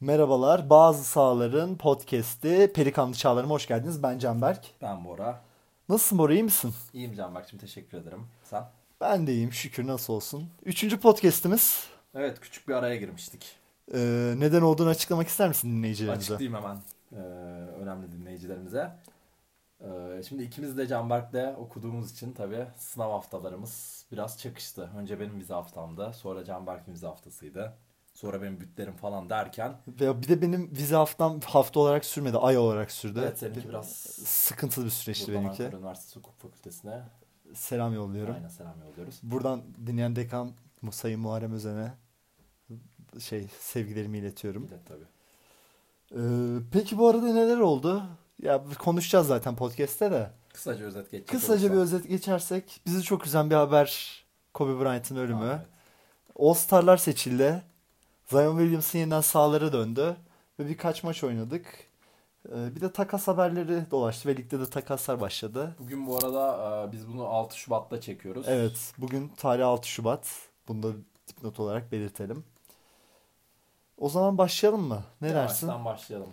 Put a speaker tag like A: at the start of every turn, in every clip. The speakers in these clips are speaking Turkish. A: Merhabalar. Bazı Sağlar'ın podcast'i Pelikanlı Çağlar'ıma hoş geldiniz. Ben Canberk.
B: Ben Bora.
A: Nasılsın Bora iyi misin?
B: İyiyim Canberk'cim teşekkür ederim. Sen?
A: Ben de iyiyim şükür nasıl olsun. Üçüncü podcast'imiz.
B: Evet küçük bir araya girmiştik.
A: Ee, neden olduğunu açıklamak ister misin dinleyicilerimize?
B: Açıklayayım hemen e, önemli dinleyicilerimize. E, şimdi ikimiz de Canberk'le okuduğumuz için tabii sınav haftalarımız biraz çakıştı. Önce benim vize haftamdı. Sonra Canberk'in vize haftasıydı. Sonra benim bütlerim falan derken.
A: Ve bir de benim vize haftam hafta olarak sürmedi, ay olarak sürdü.
B: Evet seninki biraz
A: Sıkıntılı bir süreçti
B: buradan
A: benimki.
B: Ankara Üniversitesi Hukuk Fakültesi'ne
A: Selam yolluyorum.
B: aynen selam yolluyoruz.
A: Buradan dinleyen dekan Sayın Muharrem Özen'e şey sevgilerimi iletiyorum.
B: Evet tabii.
A: Ee, peki bu arada neler oldu? Ya konuşacağız zaten podcast'te de.
B: Kısaca özet geçecek
A: Kısaca bir
B: olursak-
A: özet geçersek bizi çok üzen bir haber Kobe Bryant'ın ölümü.
B: Ha, evet.
A: All Star'lar seçildi. Zion Williamson yeniden sahalara döndü ve birkaç maç oynadık. Ee, Bir de takas haberleri dolaştı ve ligde de takaslar başladı.
B: Bugün bu arada e, biz bunu 6 Şubat'ta çekiyoruz.
A: Evet, bugün tarih 6 Şubat. Bunu da dipnot olarak belirtelim. O zaman başlayalım mı? Ne dersin?
B: Yavaştan başlayalım.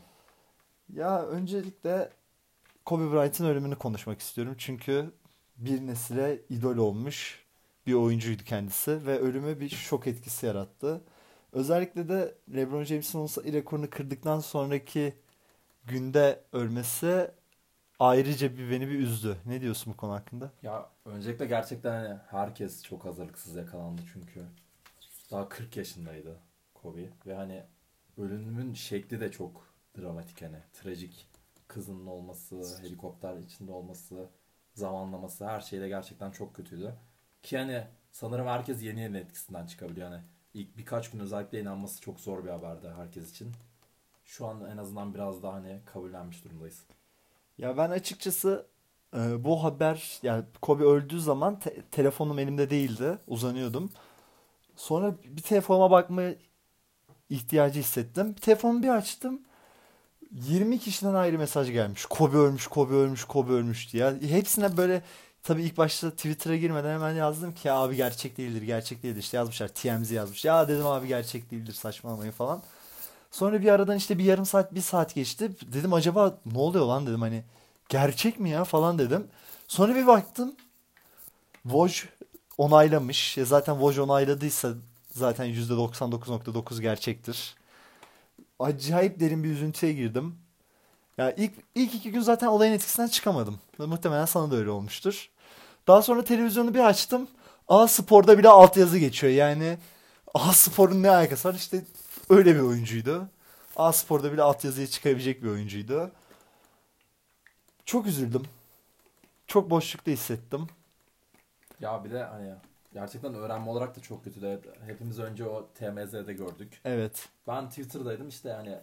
A: Ya öncelikle Kobe Bryant'ın ölümünü konuşmak istiyorum. Çünkü bir nesile idol olmuş bir oyuncuydu kendisi ve ölümü bir şok etkisi yarattı. Özellikle de LeBron James'in olsa rekorunu kırdıktan sonraki günde ölmesi ayrıca bir beni bir üzdü. Ne diyorsun bu konu hakkında?
B: Ya öncelikle gerçekten hani herkes çok hazırlıksız yakalandı çünkü. Daha 40 yaşındaydı Kobe ve hani ölümün şekli de çok dramatik hani trajik. Kızının olması, helikopter içinde olması, zamanlaması her şeyde gerçekten çok kötüydü. Ki hani sanırım herkes yeni yeni etkisinden çıkabiliyor. Hani ilk birkaç gün özellikle inanması çok zor bir haberdi herkes için. Şu an en azından biraz daha hani kabullenmiş durumdayız.
A: Ya ben açıkçası e, bu haber yani Kobe öldüğü zaman te- telefonum elimde değildi. Uzanıyordum. Sonra bir telefonuma bakma ihtiyacı hissettim. Telefonu bir açtım. 20 kişiden ayrı mesaj gelmiş. Kobe ölmüş, Kobe ölmüş, Kobe ölmüş diye. Hepsine böyle tabii ilk başta Twitter'a girmeden hemen yazdım ki "Ya abi gerçek değildir, gerçek değildir. İşte yazmışlar TMZ yazmış. Ya dedim abi gerçek değildir saçmalamayın falan. Sonra bir aradan işte bir yarım saat, bir saat geçti. Dedim acaba ne oluyor lan dedim hani gerçek mi ya falan dedim. Sonra bir baktım Woj onaylamış. Ya zaten Woj onayladıysa zaten %99.9 gerçektir. Acayip derin bir üzüntüye girdim. Ya ilk, ilk iki gün zaten olayın etkisinden çıkamadım. Muhtemelen sana da öyle olmuştur. Daha sonra televizyonu bir açtım. A Spor'da bile altyazı geçiyor. Yani A Spor'un ne alakası var? İşte öyle bir oyuncuydu. A Spor'da bile altyazıyı çıkarabilecek bir oyuncuydu. Çok üzüldüm. Çok boşlukta hissettim.
B: Ya bir de hani gerçekten öğrenme olarak da çok kötü de hepimiz önce o TMZ'de gördük.
A: Evet.
B: Ben Twitter'daydım işte hani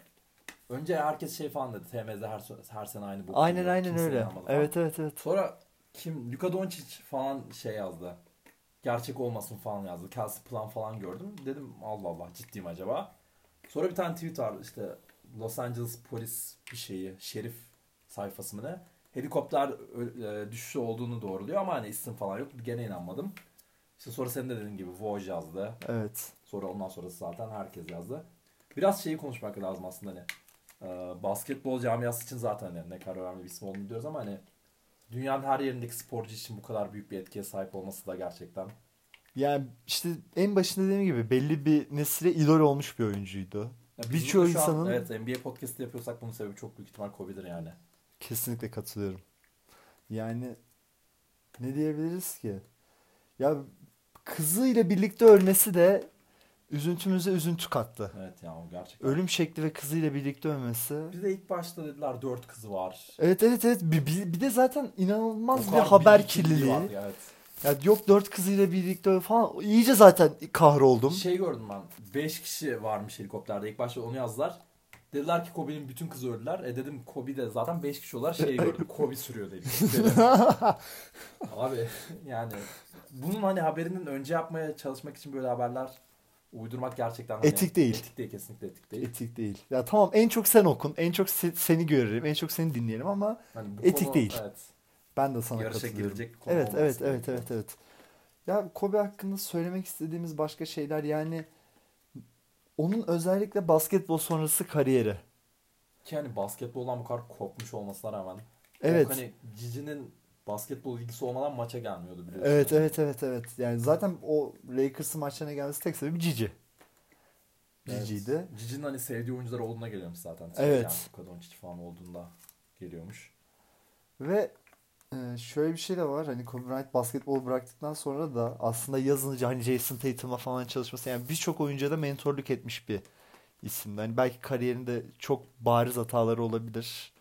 B: önce herkes şey falan dedi TMZ her, her sene aynı bu.
A: Aynen aynen öyle. Evet evet evet.
B: Sonra kim Luka Doncic falan şey yazdı. Gerçek olmasın falan yazdı. Kelsey Plan falan gördüm. Dedim Allah Allah ciddiyim acaba. Sonra bir tane tweet var işte Los Angeles polis bir şeyi şerif sayfası mı ne? Helikopter ö- e, düşüşü olduğunu doğruluyor ama hani isim falan yok. Gene inanmadım. İşte sonra senin de dediğin gibi Woj yazdı.
A: Evet.
B: Sonra ondan sonrası zaten herkes yazdı. Biraz şeyi konuşmak lazım aslında hani. e, basketbol camiası için zaten hani ne kadar önemli bir isim olduğunu diyoruz ama hani dünyanın her yerindeki sporcu için bu kadar büyük bir etkiye sahip olması da gerçekten.
A: Yani işte en başında dediğim gibi belli bir nesile idol olmuş bir oyuncuydu.
B: Ya biz
A: Birçok
B: burada şu an,
A: insanın
B: evet NBA podcast'i yapıyorsak bunun sebebi çok büyük ihtimal Kobe'dir yani.
A: Kesinlikle katılıyorum. Yani ne diyebiliriz ki? Ya kızıyla birlikte ölmesi de üzüntümüze üzüntü kattı.
B: Evet yani o gerçekten.
A: Ölüm şekli ve kızıyla birlikte ölmesi.
B: Bir de ilk başta dediler dört kızı var.
A: Evet evet evet bir, bir- bir de zaten inanılmaz bir
B: Okan
A: haber
B: kirliliği
A: kirliliği.
B: var, evet.
A: Ya yok dört kızıyla birlikte öl- falan iyice zaten kahroldum.
B: Şey gördüm ben. 5 kişi varmış helikopterde. İlk başta onu yazdılar. Dediler ki Kobe'nin bütün kızı öldüler. E dedim Kobe de zaten 5 kişi olarak şey gördüm. Kobe sürüyor dedi. Abi yani bunun hani haberinin önce yapmaya çalışmak için böyle haberler uydurmak gerçekten hani
A: Etik değil.
B: Etik değil kesinlikle etik değil.
A: Etik değil. Ya tamam en çok sen okun, en çok se- seni görelim, en çok seni dinleyelim ama
B: Hani bu
A: Etik
B: konu-
A: değil.
B: Evet.
A: ben de sana
B: yarışa
A: katılıyorum.
B: girecek konu
A: Evet,
B: olması
A: evet, evet,
B: gerekiyor.
A: evet, evet. Ya Kobe hakkında söylemek istediğimiz başka şeyler yani onun özellikle basketbol sonrası kariyeri.
B: Ki hani basketboldan bu kadar kopmuş olmasına rağmen.
A: Evet.
B: Çok hani Cici'nin basketbol ilgisi olmadan maça gelmiyordu biliyorsun.
A: Evet evet evet evet. Yani zaten o Lakers'ın maçlarına gelmesi tek sebebi Cici.
B: Evet.
A: Cici'ydi.
B: Cici'nin hani sevdiği oyuncular olduğuna geliyormuş zaten.
A: Evet.
B: Yani Doncic falan olduğunda geliyormuş.
A: Ve e, şöyle bir şey de var. Hani Kobe Bryant basketbol bıraktıktan sonra da aslında yazınca hani Jason Tatum'a falan çalışması yani birçok oyuncuya da mentorluk etmiş bir isimdi. Hani belki kariyerinde çok bariz hataları olabilir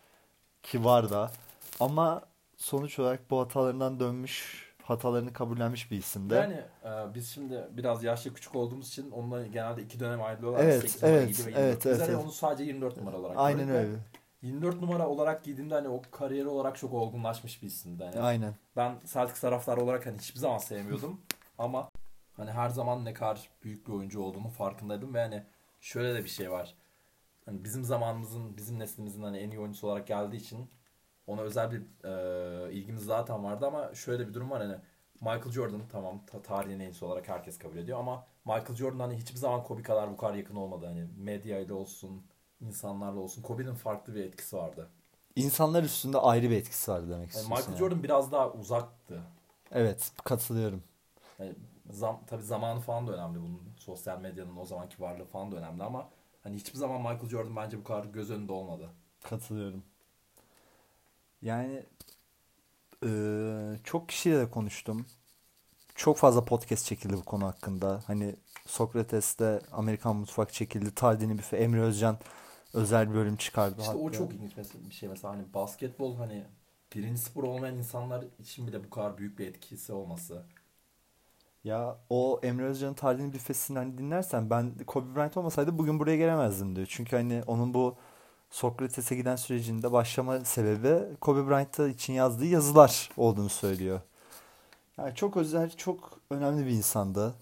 A: ki var da. Ama sonuç olarak bu hatalarından dönmüş, hatalarını kabullenmiş bir isimdi.
B: Yani e, biz şimdi biraz yaşlı küçük olduğumuz için onunla genelde iki dönem ayrılıyorlar.
A: Evet,
B: 8 numara,
A: evet,
B: 7 ve
A: evet,
B: 24. Biz
A: evet,
B: hani
A: evet.
B: onu sadece 24 numara olarak
A: Aynen
B: gördük ve
A: öyle.
B: 24 numara olarak giydiğimde hani o kariyer olarak çok olgunlaşmış bir isimdi. Yani
A: Aynen.
B: ben Celtics taraftarı olarak hani hiçbir zaman sevmiyordum ama hani her zaman ne kadar büyük bir oyuncu olduğumu farkındaydım ve hani şöyle de bir şey var. Hani bizim zamanımızın, bizim neslimizin hani en iyi oyuncusu olarak geldiği için ona özel bir e, ilgimiz zaten vardı ama şöyle bir durum var hani Michael Jordan tamam ta- tarihin en iyisi olarak herkes kabul ediyor ama Michael Jordan hani hiçbir zaman Kobe kadar bu kadar yakın olmadı hani medyayla olsun, insanlarla olsun Kobe'nin farklı bir etkisi vardı.
A: İnsanlar üstünde ayrı bir etkisi vardı demek
B: Yani
A: istiyorsun.
B: Michael
A: yani.
B: Jordan biraz daha uzaktı
A: Evet, katılıyorum.
B: Yani Hani zam, tabii zamanı falan da önemli bunun. Sosyal medyanın o zamanki varlığı falan da önemli ama hani hiçbir zaman Michael Jordan bence bu kadar göz önünde olmadı.
A: Katılıyorum. Yani eee, çok kişiyle de konuştum. Çok fazla podcast çekildi bu konu hakkında. Hani Sokrates'te Amerikan Mutfak çekildi. Tardini Büfe, Emre Özcan özel bir bölüm çıkardı
B: İşte o
A: hatta.
B: çok ilginç mes- bir şey mesela hani basketbol hani birinci spor olmayan insanlar için bile bu kadar büyük bir etkisi olması.
A: Ya o Emre Özcan'ın Tardini Büfesi'ni hani dinlersen ben Kobe Bryant olmasaydı bugün buraya gelemezdim diyor. Çünkü hani onun bu Sokrates'e giden sürecinde başlama sebebi Kobe Bryant'a için yazdığı yazılar olduğunu söylüyor. Yani çok özel, çok önemli bir insandı.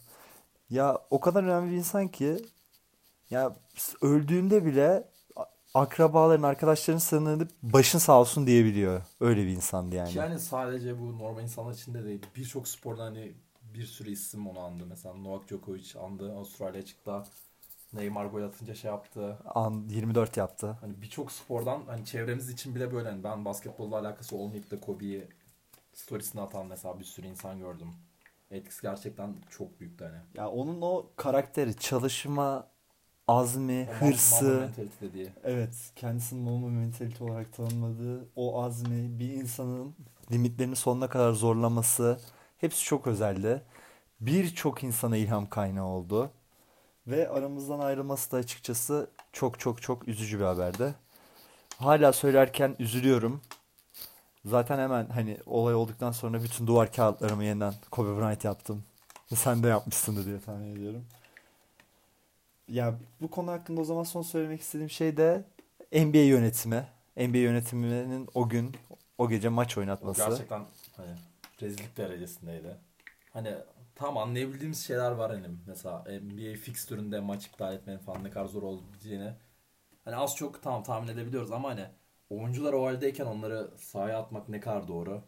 A: Ya o kadar önemli bir insan ki ya öldüğünde bile a- akrabaların, arkadaşların sığınıp başın sağ olsun diyebiliyor. Öyle bir insandı yani.
B: Ki Yani sadece bu normal insanlar için de değil. Birçok sporda hani bir sürü isim onu andı. Mesela Novak Djokovic andı. Avustralya çıktı. Neymar gol atınca şey yaptı.
A: An 24 yaptı.
B: Hani birçok spordan hani çevremiz için bile böyle hani ben basketbolla alakası olmayıp da Kobe'yi storiesine atan mesela bir sürü insan gördüm. Etkisi gerçekten çok büyüktü hani.
A: Ya onun o karakteri, çalışma, azmi,
B: O ma- mama
A: E, hırsı.
B: mentality dediği.
A: Evet, kendisinin mama mentalite olarak tanımladığı o azmi, bir insanın limitlerini sonuna kadar zorlaması hepsi çok özeldi. Birçok insana ilham kaynağı oldu. Ve aramızdan ayrılması da açıkçası çok çok çok üzücü bir haberdi. Hala söylerken üzülüyorum. Zaten hemen hani olay olduktan sonra bütün duvar kağıtlarımı yeniden Kobe Bryant yaptım. Sen de yapmışsındır diye tahmin ediyorum. Ya bu konu hakkında o zaman son söylemek istediğim şey de NBA yönetimi. NBA yönetiminin o gün, o gece maç
B: O
A: oynatması.
B: gerçekten hani rezillik derecesindeydi. Hani tam anlayabildiğimiz şeyler var hani. Mesela NBA fixtüründe maç iptal etmenin falan ne kadar zor olabileceğini. Hani az çok tam tahmin edebiliyoruz ama hani oyuncular o haldeyken onları sahaya atmak ne kadar doğru.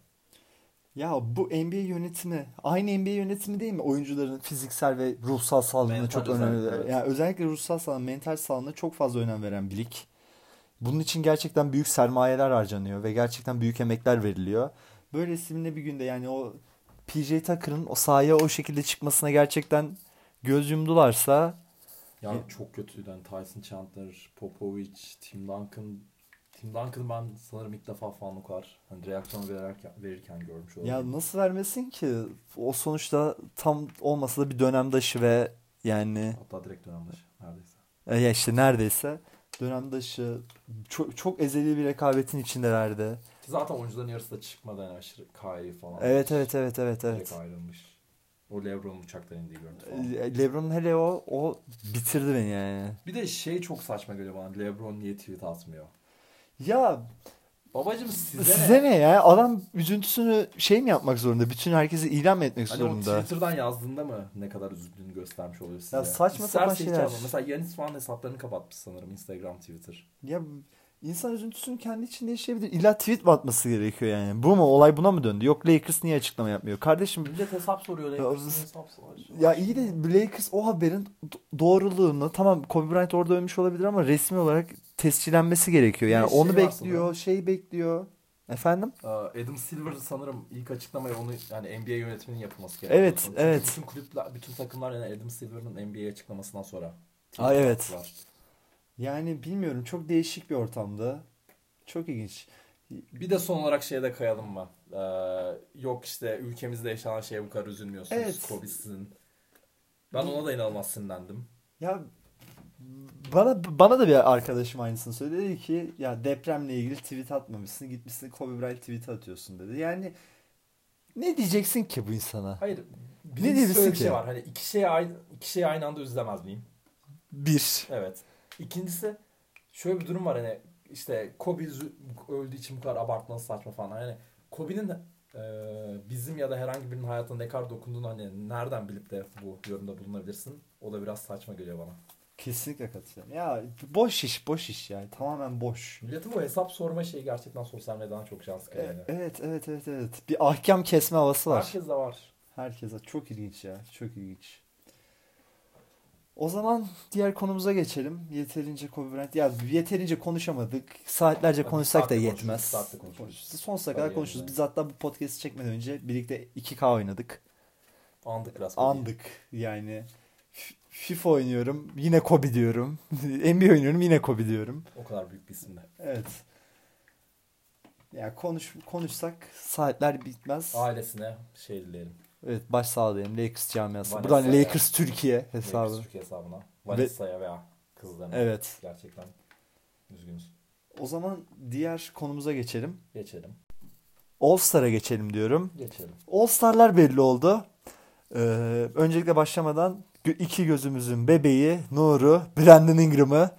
A: Ya bu NBA yönetimi, aynı NBA yönetimi değil mi? Oyuncuların fiziksel ve ruhsal sağlığına
B: Mental
A: çok önem
B: özellikle,
A: veren.
B: evet.
A: Yani özellikle ruhsal sağlığı, mental sağlığına çok fazla önem veren bir lig. Bunun için gerçekten büyük sermayeler harcanıyor ve gerçekten büyük emekler veriliyor. Böyle simli bir günde yani o PJ Tucker'ın o sahaya o şekilde çıkmasına gerçekten göz yumdularsa
B: Ya
A: E-
B: çok kötüydü. Yani Tyson Chandler, Popovic, Tim Duncan. Tim Duncan'ı ben sanırım ilk defa falan o kadar hani reaksiyon verirken, verirken görmüş oldum.
A: ya nasıl vermesin ki? O sonuçta tam olmasa da bir dönemdaşı ve yani
B: Hatta direkt dönem dışı neredeyse.
A: E, Ya işte neredeyse dönemdaşı çok, çok ezeli bir rekabetin içindelerdi.
B: Ki Zaten oyuncuların yarısı da çıkmadan yani aşırı Kyrie falan.
A: Evet evet evet evet
B: Direkt
A: evet.
B: ayrılmış. O Lebron uçaktan indiği görüntü falan.
A: Le- LeBron E, hele o o bitirdi beni yani.
B: Bir de şey çok saçma geliyor bana. Lebron niye tweet atmıyor?
A: Ya
B: Babacım size,
A: size,
B: ne?
A: ne? ya? Adam üzüntüsünü şey mi yapmak zorunda? Bütün herkesi ilan mı etmek
B: Hani o
A: zorunda?
B: Twitter'dan yazdığında mı ne kadar üzüldüğünü göstermiş oluyor size?
A: Ya saçma sapan
B: İsterse hiç
A: şeyler.
B: yapma. Mesela Yanis falan hesaplarını kapatmış sanırım. Instagram, Twitter.
A: Ya İnsan üzüntüsünü kendi içinde yaşayabilir. İlla tweet mi atması gerekiyor yani? Bu mu? Olay buna mı döndü? Yok Lakers niye açıklama yapmıyor? Kardeşim
C: Millet hesap soruyor. Lakers'ın
A: Ya-
C: hesap soruyor.
A: ya iyi de Lakers o haberin do- doğruluğunu tamam Kobe Bryant orada ölmüş olabilir ama resmi olarak tescillenmesi gerekiyor. Yani
B: Bir şey
A: onu
B: var
A: bekliyor, şey bekliyor. Efendim?
B: Ee, Adam Silver sanırım ilk açıklamayı onu yani NBA yönetmenin yapılması gerekiyor.
A: Evet,
B: Sonuçta
A: evet.
B: Bütün kulüpler, bütün takımlar yani Adam Silver'ın NBA açıklamasından sonra.
A: Aa, evet.
B: Var.
A: Yani bilmiyorum çok değişik bir ortamda. Çok ilginç.
B: Bir de son olarak şeye de kayalım mı? Ee, yok işte ülkemizde yaşanan şeye bu kadar üzülmüyorsunuz.
A: Evet.
B: Kobe sizin. Ben ona da inanılmaz sinirlendim.
A: Ya bana bana da bir arkadaşım aynısını söyledi Dedi ki ya depremle ilgili tweet atmamışsın gitmişsin Kobe Bryant tweet atıyorsun dedi. Yani ne diyeceksin ki bu insana?
B: Hayır.
A: Ne
B: birincisi
A: diyebilirsin
B: öyle bir
A: ki?
B: şey var. Hani iki şeye aynı, iki şeye aynı anda üzülemez miyim?
A: Bir.
B: Evet. İkincisi şöyle bir durum var hani işte Kobe üzü- öldüğü için bu kadar abartması saçma falan. Hani Kobe'nin e, bizim ya da herhangi birinin hayatına ne kadar dokunduğunu hani nereden bilip de bu yorumda bulunabilirsin? O da biraz saçma geliyor bana.
A: Kesinlikle katılıyorum. Ya boş iş boş iş yani tamamen boş.
B: Milletin bu hesap sorma şeyi gerçekten sosyal medyadan çok can sıkıyor. yani.
A: E- Evet evet evet evet. Bir ahkam kesme havası var.
B: Herkes de var.
A: Herkese çok ilginç ya çok ilginç. O zaman diğer konumuza geçelim. Yeterince Kobe Bryant ya yeterince konuşamadık. Saatlerce
B: Tabii
A: konuşsak da
B: saatte konuşuruz,
A: yetmez.
B: saatte konuşuruz.
A: Sonsuza
B: Tabii
A: kadar
B: yani.
A: konuşuruz. Biz hatta bu podcast'i çekmeden önce birlikte 2K oynadık.
B: Andık biraz. Kobe'yi.
A: Andık yani. F- FIFA oynuyorum. Yine Kobe diyorum. NBA oynuyorum. Yine Kobe diyorum.
B: O kadar büyük bir isimle.
A: Evet. Ya konuş konuşsak saatler bitmez.
B: Ailesine şey dileyelim.
A: Evet baş sağlayalım Lakers camiası.
B: Vanessa
A: Buradan
B: ya.
A: Lakers Türkiye hesabı.
B: Lakers Türkiye hesabına. Vanessa'ya veya kızlarına.
A: Evet.
B: Gerçekten üzgünüz.
A: O zaman diğer konumuza geçelim.
B: Geçelim.
A: All Star'a geçelim diyorum.
B: Geçelim.
A: All Star'lar belli oldu. Ee, öncelikle başlamadan gö- iki gözümüzün bebeği Nur'u, Brandon Ingram'ı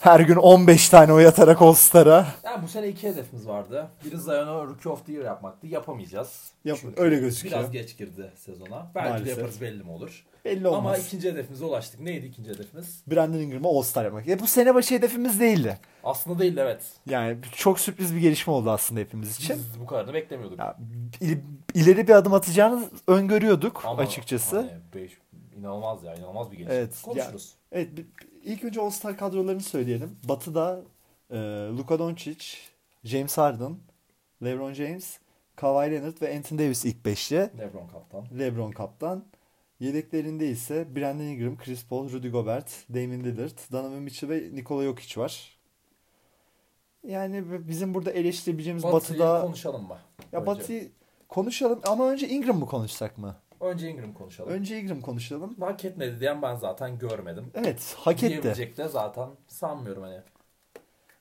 A: her gün 15 tane oy atarak All Star'a.
B: Yani bu sene iki hedefimiz vardı. Biri Zion'a Rookie of the Year yapmaktı. Yapamayacağız.
A: Yap-
B: Çünkü
A: öyle gözüküyor.
B: Biraz geç girdi sezona. Belki
A: Maalesef.
B: de yaparız belli mi olur.
A: Belli
B: Ama
A: olmaz.
B: ikinci hedefimize ulaştık. Neydi ikinci hedefimiz?
A: Brandon Ingram'a All Star yapmak. Ya bu sene başı hedefimiz değildi.
B: Aslında değil evet.
A: Yani çok sürpriz bir gelişme oldu aslında hepimiz için.
B: Biz bu kadarını beklemiyorduk.
A: Şey- Ya, il- ileri bir adım atacağını öngörüyorduk
B: Ama
A: açıkçası.
B: Hani beş, inanılmaz ya inanılmaz bir gelişim.
A: Evet,
B: Konuşuruz.
A: Evet, bi- ilk önce All-Star kadrolarını söyleyelim. Batı'da e, Luka Doncic, James Harden, LeBron James, Kawhi Leonard ve Anthony Davis ilk beşli.
B: Lebron kaptan.
A: LeBron kaptan. Yedeklerinde ise Brandon Ingram, Chris Paul, Rudy Gobert, Damian Lillard, Donovan Mitchell ve Nikola Jokic var. Yani b- bizim burada eleştirebileceğimiz
B: Batı'yı
A: Batı'da
B: konuşalım mı?
A: ya
B: Önce-
A: Batı'yı konuşalım ama önce Ingram mı konuşsak mı?
B: Önce Ingram konuşalım.
A: Önce Ingram konuşalım.
B: Hak etmedi diyen ben zaten görmedim.
A: Evet, hak etti.
B: Diyebilecek de zaten sanmıyorum hani.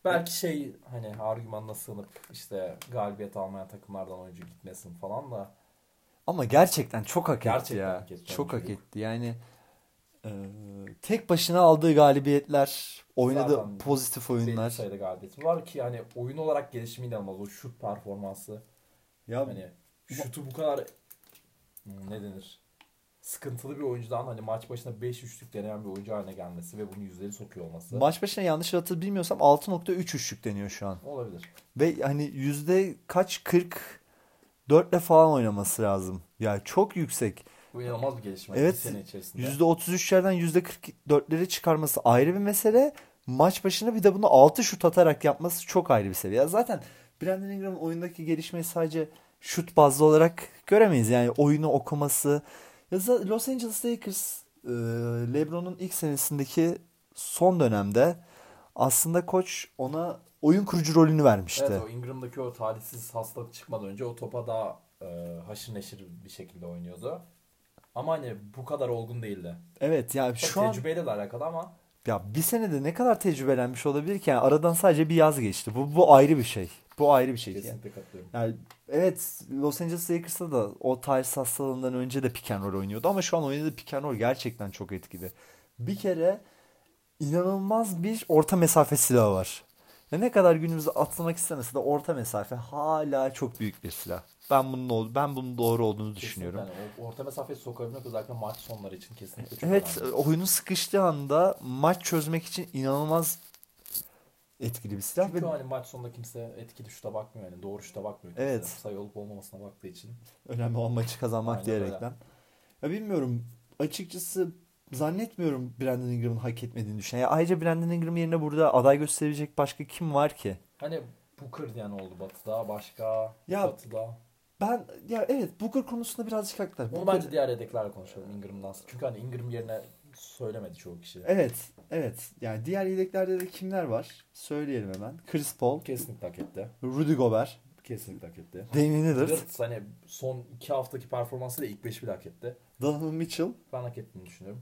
B: Belki şey hani argümanına sığınıp işte galibiyet almayan takımlardan oyuncu gitmesin falan da
A: Ama gerçekten çok hak etti
B: Gerçekten
A: ya.
B: hak etti
A: çok hak
B: oyunculuk.
A: etti. Yani e, tek başına aldığı galibiyetler, oynadığı
B: Zaten
A: pozitif
B: belli
A: oyunlar.
B: sayıda galibiyeti var ki hani oyun olarak gelişimi inanılmaz. O şut performansı
A: Ya
B: hani şutu bu kadar hmm, ne denir? Sıkıntılı bir oyuncudan hani maç başına 5 üçlük deneyen bir oyuncu haline gelmesi ve bunu %50 sokuyor olması
A: maç başına yanlış hatırlamıyorsam bilmiyorsam 6.3 üçlük deniyor şu an.
B: olabilir.
A: Ve hani yüzde kaç 40 dörtle falan oynaması lazım. Yani çok yüksek.
B: Bu inanılmaz bir gelişme.
A: Evet.
B: Bir sene içerisinde.
A: Yüzde 33'lerden yüzde 44'lere çıkarması ayrı bir mesele. Maç başına bir de bunu 6 şut atarak yapması çok ayrı bir seviye. Ya Zaten Brandon Ingram'ın oyundaki gelişmeyi sadece şut bazlı olarak göremeyiz. Yani oyunu okuması. Ya za- Los Angeles Lakers e, LeBron'un ilk senesindeki son dönemde aslında koç ona oyun kurucu rolünü vermişti.
B: Evet o Ingram'daki o talihsiz hastalık çıkmadan önce o topa daha e, haşır neşir bir şekilde oynuyordu. Ama hani bu kadar olgun değildi.
A: Evet, ya
B: Şu
A: şu an
B: tecrübeyle de alakalı ama
A: Ya bir senede ne kadar tecrübelenmiş olabilir ki? Yani aradan sadece bir yaz geçti. Bu bu ayrı bir şey. Bu ayrı bir şey. Yani.
B: kesinlikle katılıyorum.
A: yani evet Los Angeles Lakers'ta da o Tyrese hastalığından önce de pick and roll oynuyordu ama şu an oynadığı pick and roll gerçekten çok etkili. Bir kere inanılmaz bir orta mesafe silahı var. Ya ne kadar günümüzde atlamak istemese de orta mesafe hala çok büyük bir silah. Ben bunun ol- ben bunun doğru olduğunu düşünüyorum.
B: Kesinlikle. Yani o orta mesafeyi sokabilmek özellikle maç sonları için kesinlikle çok
A: Evet
B: önemli.
A: oyunun sıkıştığı anda maç çözmek için inanılmaz etkili bir silah.
B: Çünkü
A: ve
B: hani maç sonunda kimse etkili şuta bakmıyor yani doğru şuta bakmıyor kimse.
A: Evet.
B: Sayı olup olmamasına baktığı için.
A: Önemli olan maçı kazanmak
B: Aynen
A: diyerekten. Ya bilmiyorum. Açıkçası zannetmiyorum Brandon Ingram'ın hak etmediğini düşen. Ya ayrıca Brandon Ingram yerine burada aday gösterecek başka kim var ki?
B: Hani Booker diyen oldu Batı'da başka
A: Ya-
B: Batı'da.
A: Ben ya evet Booker konusunda birazcık haklılar.
B: Onu
A: Booker-
B: bence diğer yedeklerle konuşalım Ingram'dansa. Çünkü hani Ingram yerine söylemedi çoğu kişi.
A: Evet, evet. Yani diğer yedeklerde de kimler var? Söyleyelim hemen. Chris Paul,
B: Kesinlikle hak etti.
A: Rudy Gobert,
B: Kesinlikle hak etti.
A: Damian Lillard,
B: Hırt hani son iki haftaki performansı da ilk beşi bile hak etti.
A: Donovan Mitchell,
B: Ben hak ettiğini düşünüyorum.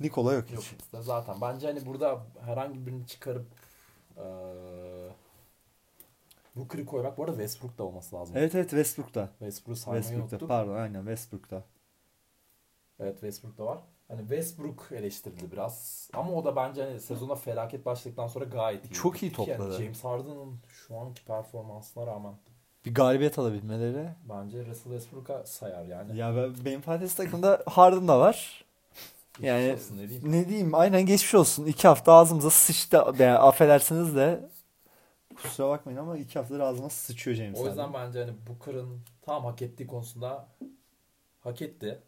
A: Nikola
B: Yok
A: Jokic.
B: da zaten. Bence hani burada herhangi birini çıkarıp eee Booker'ı koymak. Bu arada Westbrook da olması lazım.
A: Evet evet Westbrook'ta.
B: Westbrook'u saymayı
A: Westbrook'ta
B: unuttum.
A: pardon aynen Westbrook'ta.
B: Evet Westbrook da var. Hani Westbrook eleştirildi biraz. Ama o da bence hani sezona felaket başladıktan sonra gayet iyi.
A: Çok iyi
B: gitti ki. Yani
A: topladı.
B: James Harden'ın şu anki performansına rağmen
A: Bir galibiyet alabilmeleri.
B: bence Russell Westbrook'a sayar yani.
A: Ya ben, benim fantasy takımda Harden da var.
B: Geçmiş
A: yani-
B: olsun ne diyeyim.
A: Ne diyeyim aynen geçmiş olsun. İki hafta ağzımıza sıçtı. Yani affedersiniz de kusura bakmayın ama iki haftadır ağzıma sıçıyor James
B: O yüzden
A: Harden.
B: bence hani Booker'ın tam hak ettiği konusunda hak etti.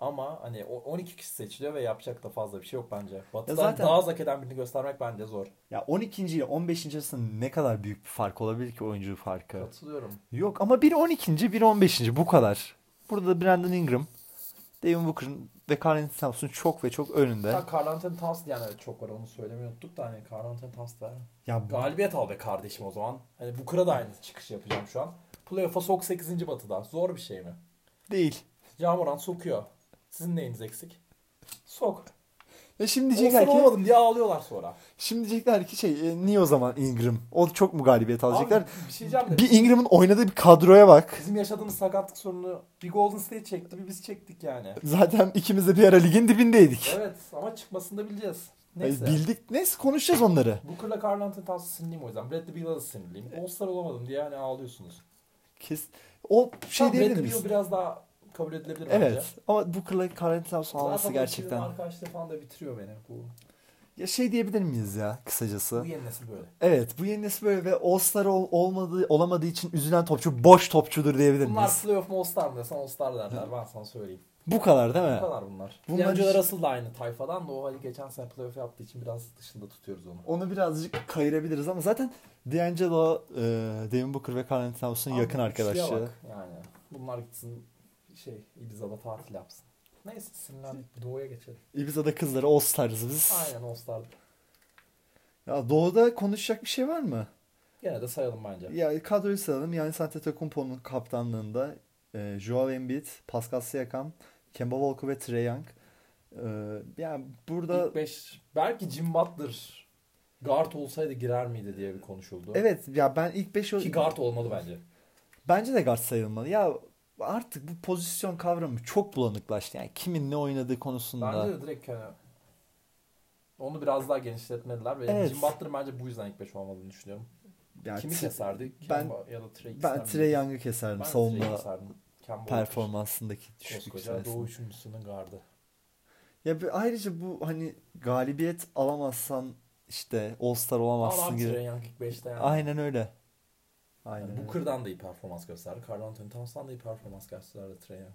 B: Ama hani o- 12 kişi seçiliyor ve yapacak da fazla bir şey yok bence. Batı'dan
A: zaten-
B: daha az hak eden birini göstermek bence zor.
A: Ya 12. ile 15. arasında ne kadar büyük bir fark olabilir ki oyuncu farkı?
B: Katılıyorum.
A: Yok ama biri 12. biri 15. bu kadar. Burada da Brandon Ingram, Devin Booker'ın ve Karl Thompson çok ve çok önünde.
B: Hatta Carl Anthony Towns diyen evet çok var onu söylemeyi unuttuk da hani Carl Anthony Towns da
A: Ya bu-
B: Galibiyet al be kardeşim o zaman. Hani bu kıra da aynı çıkış yapacağım şu an. Playoff'a sok 8. batıda. Zor bir şey mi?
A: değil.
B: Camoran sokuyor. Sizin neyiniz eksik? Sok.
A: Ya şimdi diyecekler
B: Olsun
A: ki,
B: olmadım diye ağlıyorlar sonra.
A: şimdi diyecekler ki şey e, niye o zaman Ingram? O çok mu galibiyet alacaklar?
B: Abi, bir şey diyeceğim de.
A: Bir Ingram'ın oynadığı bir kadroya bak.
B: Bizim yaşadığımız sakatlık sorunu bir Golden State çekti bir biz çektik yani.
A: Zaten ikimiz de bir ara ligin dibindeydik.
B: Evet ama çıkmasını da bileceğiz.
A: Ay,
B: Neyse.
A: Bildik. Neyse konuşacağız onları.
B: Booker'la Carl Anthony Towns'ı sinirliyim o yüzden. Bradley Beal'a da sinirliyim.
A: E-
B: All-Star olamadım diye hani ağlıyorsunuz.
A: Kes. O şey
B: Tamam,
A: diyebilir
B: Bradley
A: miyiz?
B: Beal biraz daha kabul edilebilir bence.
A: Evet. Ama Booker'la Karl Thompson alması
B: Zaten
A: gerçekten.
B: Arkadaşlar falan da bitiriyor beni. Bu,
A: Ya şey diyebilir miyiz ya kısacası?
B: bu yeni nesil böyle.
A: Evet bu yeni nesil böyle ve All-Star ol- olmadığı, olamadığı için üzülen topçu boş topçudur diyebilir
B: Bunlar
A: miyiz?
B: playoff mu All-Star mı desen All-Star derler ben sana söyleyeyim.
A: Bu kadar değil
B: Bu
A: mi?
B: kadar bunlar.
A: Bunlar
B: Bunlar
A: hiç-
B: Russell da aynı tayfadan da o hani geçen sene playoff yaptığı için biraz dışında tutuyoruz onu.
A: Onu birazcık kayırabiliriz ama zaten D'Angelo, e, Devin Booker ve Karl Anthony Towns'un
B: Abi
A: yakın
B: bu üçlüye
A: arkadaşı.
B: bak Yani bunlar gitsin şey Ibiza'da tatil yapsın. Neyse sinirlendik doğuya geçelim.
A: Ibiza'da kızları All-Star'ız biz.
B: Aynen All-Star.
A: Ya Doğu'da konuşacak bir şey var mı?
B: Gene de sayalım bence.
A: Ya kadroyu sıralım. Yani Antetokounmpo'nun kaptanlığında e, Joel Embiid, Pascal Siakam, Kemba Walker ve Trae Young. E, yani burada
B: İlk 5 belki Jim Butler guard olsaydı girer miydi diye bir konuşuldu.
A: evet ya ben ilk 5
B: Ki guard olmalı bence.
A: Bence de guard sayılmalı. Ya artık bu pozisyon kavramı çok bulanıklaştı. Yani kimin ne oynadığı konusunda.
B: Bence de direkt hani onu biraz daha genişletmediler ve
A: Evet.
B: Jim Butler bence bu yüzden ilk 5 olmadığını düşünüyorum.
A: Yani
B: Kimi
A: Tra-
B: keserdi?
A: ben-
B: Kemba ya da Trey
A: ben Trae Young'ı keserdim savunma performansındaki düşüklük
B: Koskoca Doğu
A: sayesinde.
B: üçüncüsünün gardı.
A: Ya bir- ayrıca bu hani galibiyet alamazsan işte All-Star olamazsın
B: Alan
A: gibi.
B: Trae Young ilk 5'te yani.
A: Aynen öyle. Aynen.
B: Yani
A: öyle.
B: Booker'dan da iyi performans gösterdi. Carl Anthony Towns'dan da iyi performans gösterdi Trae Young.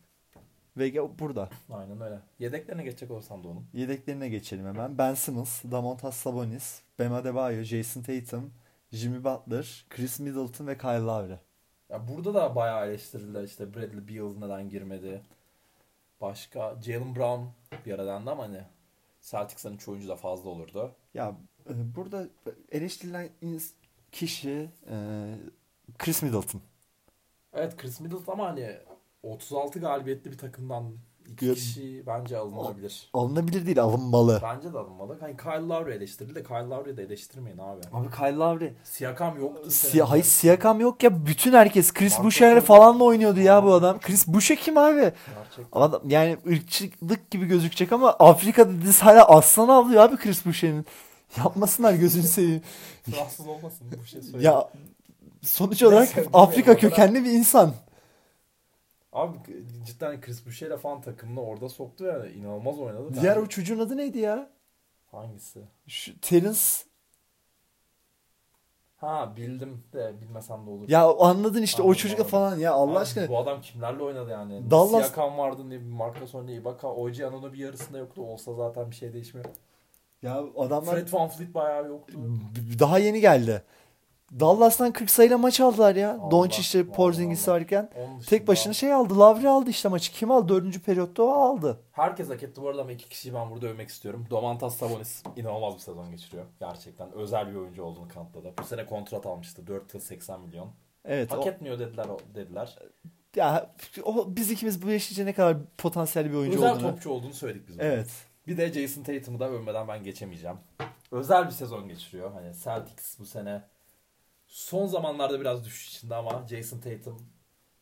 A: Ve ya burada.
B: Aynen öyle. Yedeklerine geçecek olursam da onun.
A: Yedeklerine geçelim hemen. Ben Simmons, Damontas Sabonis, Bam Adebayo, Jason Tatum, Jimmy Butler, Chris Middleton ve Kyle Lowry.
B: Ya burada da bayağı eleştirildiler işte Bradley Beal neden girmedi. Başka Jalen Brown bir ara dendi ama hani Celtics'ın üç oyuncu da fazla olurdu.
A: Ya e, burada eleştirilen ins- kişi e, Chris Middleton.
B: Evet Chris Middleton ama hani 36 galibiyetli bir takımdan iki
A: Ya-
B: kişi bence alınabilir.
A: Alınabilir değil, alınmalı.
B: Bence de alınmalı. Hani Kyle Lowry eleştirildi de Kyle Lowry'i de eleştirmeyin abi.
A: Abi Kyle Lowry.
B: Siakam yoktu.
A: Si hayır Siakam yok ya. Bütün herkes Chris
B: Mark
A: Boucher
B: Gasol-
A: falan mı oynuyordu ya bu adam? Chris Boucher kim abi?
B: Gerçekten.
A: Adam, yani ırkçılık gibi gözükecek ama Afrika'da diz hala aslan avlıyor abi Chris Boucher'in. Yapmasınlar gözünü seveyim.
B: Rahatsız olmasın bu şey söyleyeyim.
A: Ya sonuç olarak
B: Neyse, şey bilmiyorum.
A: Afrika kökenli bir insan.
B: Abi cidden Chris Boucher'le fan takımını orada soktu yani inanılmaz oynadı.
A: Diğer
B: Ben-
A: o çocuğun adı neydi ya?
B: Hangisi?
A: Şu Terence
B: Ha bildim de bilmesem de olur.
A: Ya anladın işte o
B: Anladım,
A: çocukla
B: anladım.
A: falan ya Allah
B: Abi
A: aşkına.
B: Bu adam kimlerle oynadı yani?
A: Dallas-
B: Dallas... Siakam vardı ne bileyim Marcus O'Neal, Ibaka. OG Ananobi yarısında yoktu. Olsa zaten bir şey değişmiyor.
A: Ya adamlar
B: Fred VanVleet bayağı yoktu.
A: B- daha yeni geldi. Dallas'tan 40 sayıyla maç aldılar ya.
B: Allah,
A: Doncic'le
B: Allah,
A: Porzingis
B: Allah.
A: varken.
B: Onun dışında
A: Tek başına şey aldı. Lavri aldı işte maçı. Kim aldı? Dördüncü periyotta o aldı.
B: Herkes hak etti bu arada ama iki kişiyi ben burada övmek istiyorum. Domantas Sabonis inanılmaz bir sezon geçiriyor. Gerçekten özel bir oyuncu olduğunu kanıtladı. Bu sene kontrat almıştı. 4 yıl 80 milyon.
A: Evet.
B: hak
A: O,
B: etmiyor dediler o dediler.
A: ya, o, biz ikimiz bu yaşayınca ne kadar potansiyel bir oyuncu
B: özel
A: olduğunu.
B: topçu olduğunu söyledik biz.
A: Evet.
B: Bir de Jason Tatum'u da övmeden ben geçemeyeceğim. Özel bir sezon geçiriyor. Hani Celtics bu sene son zamanlarda biraz düşüş içinde ama Jason Tatum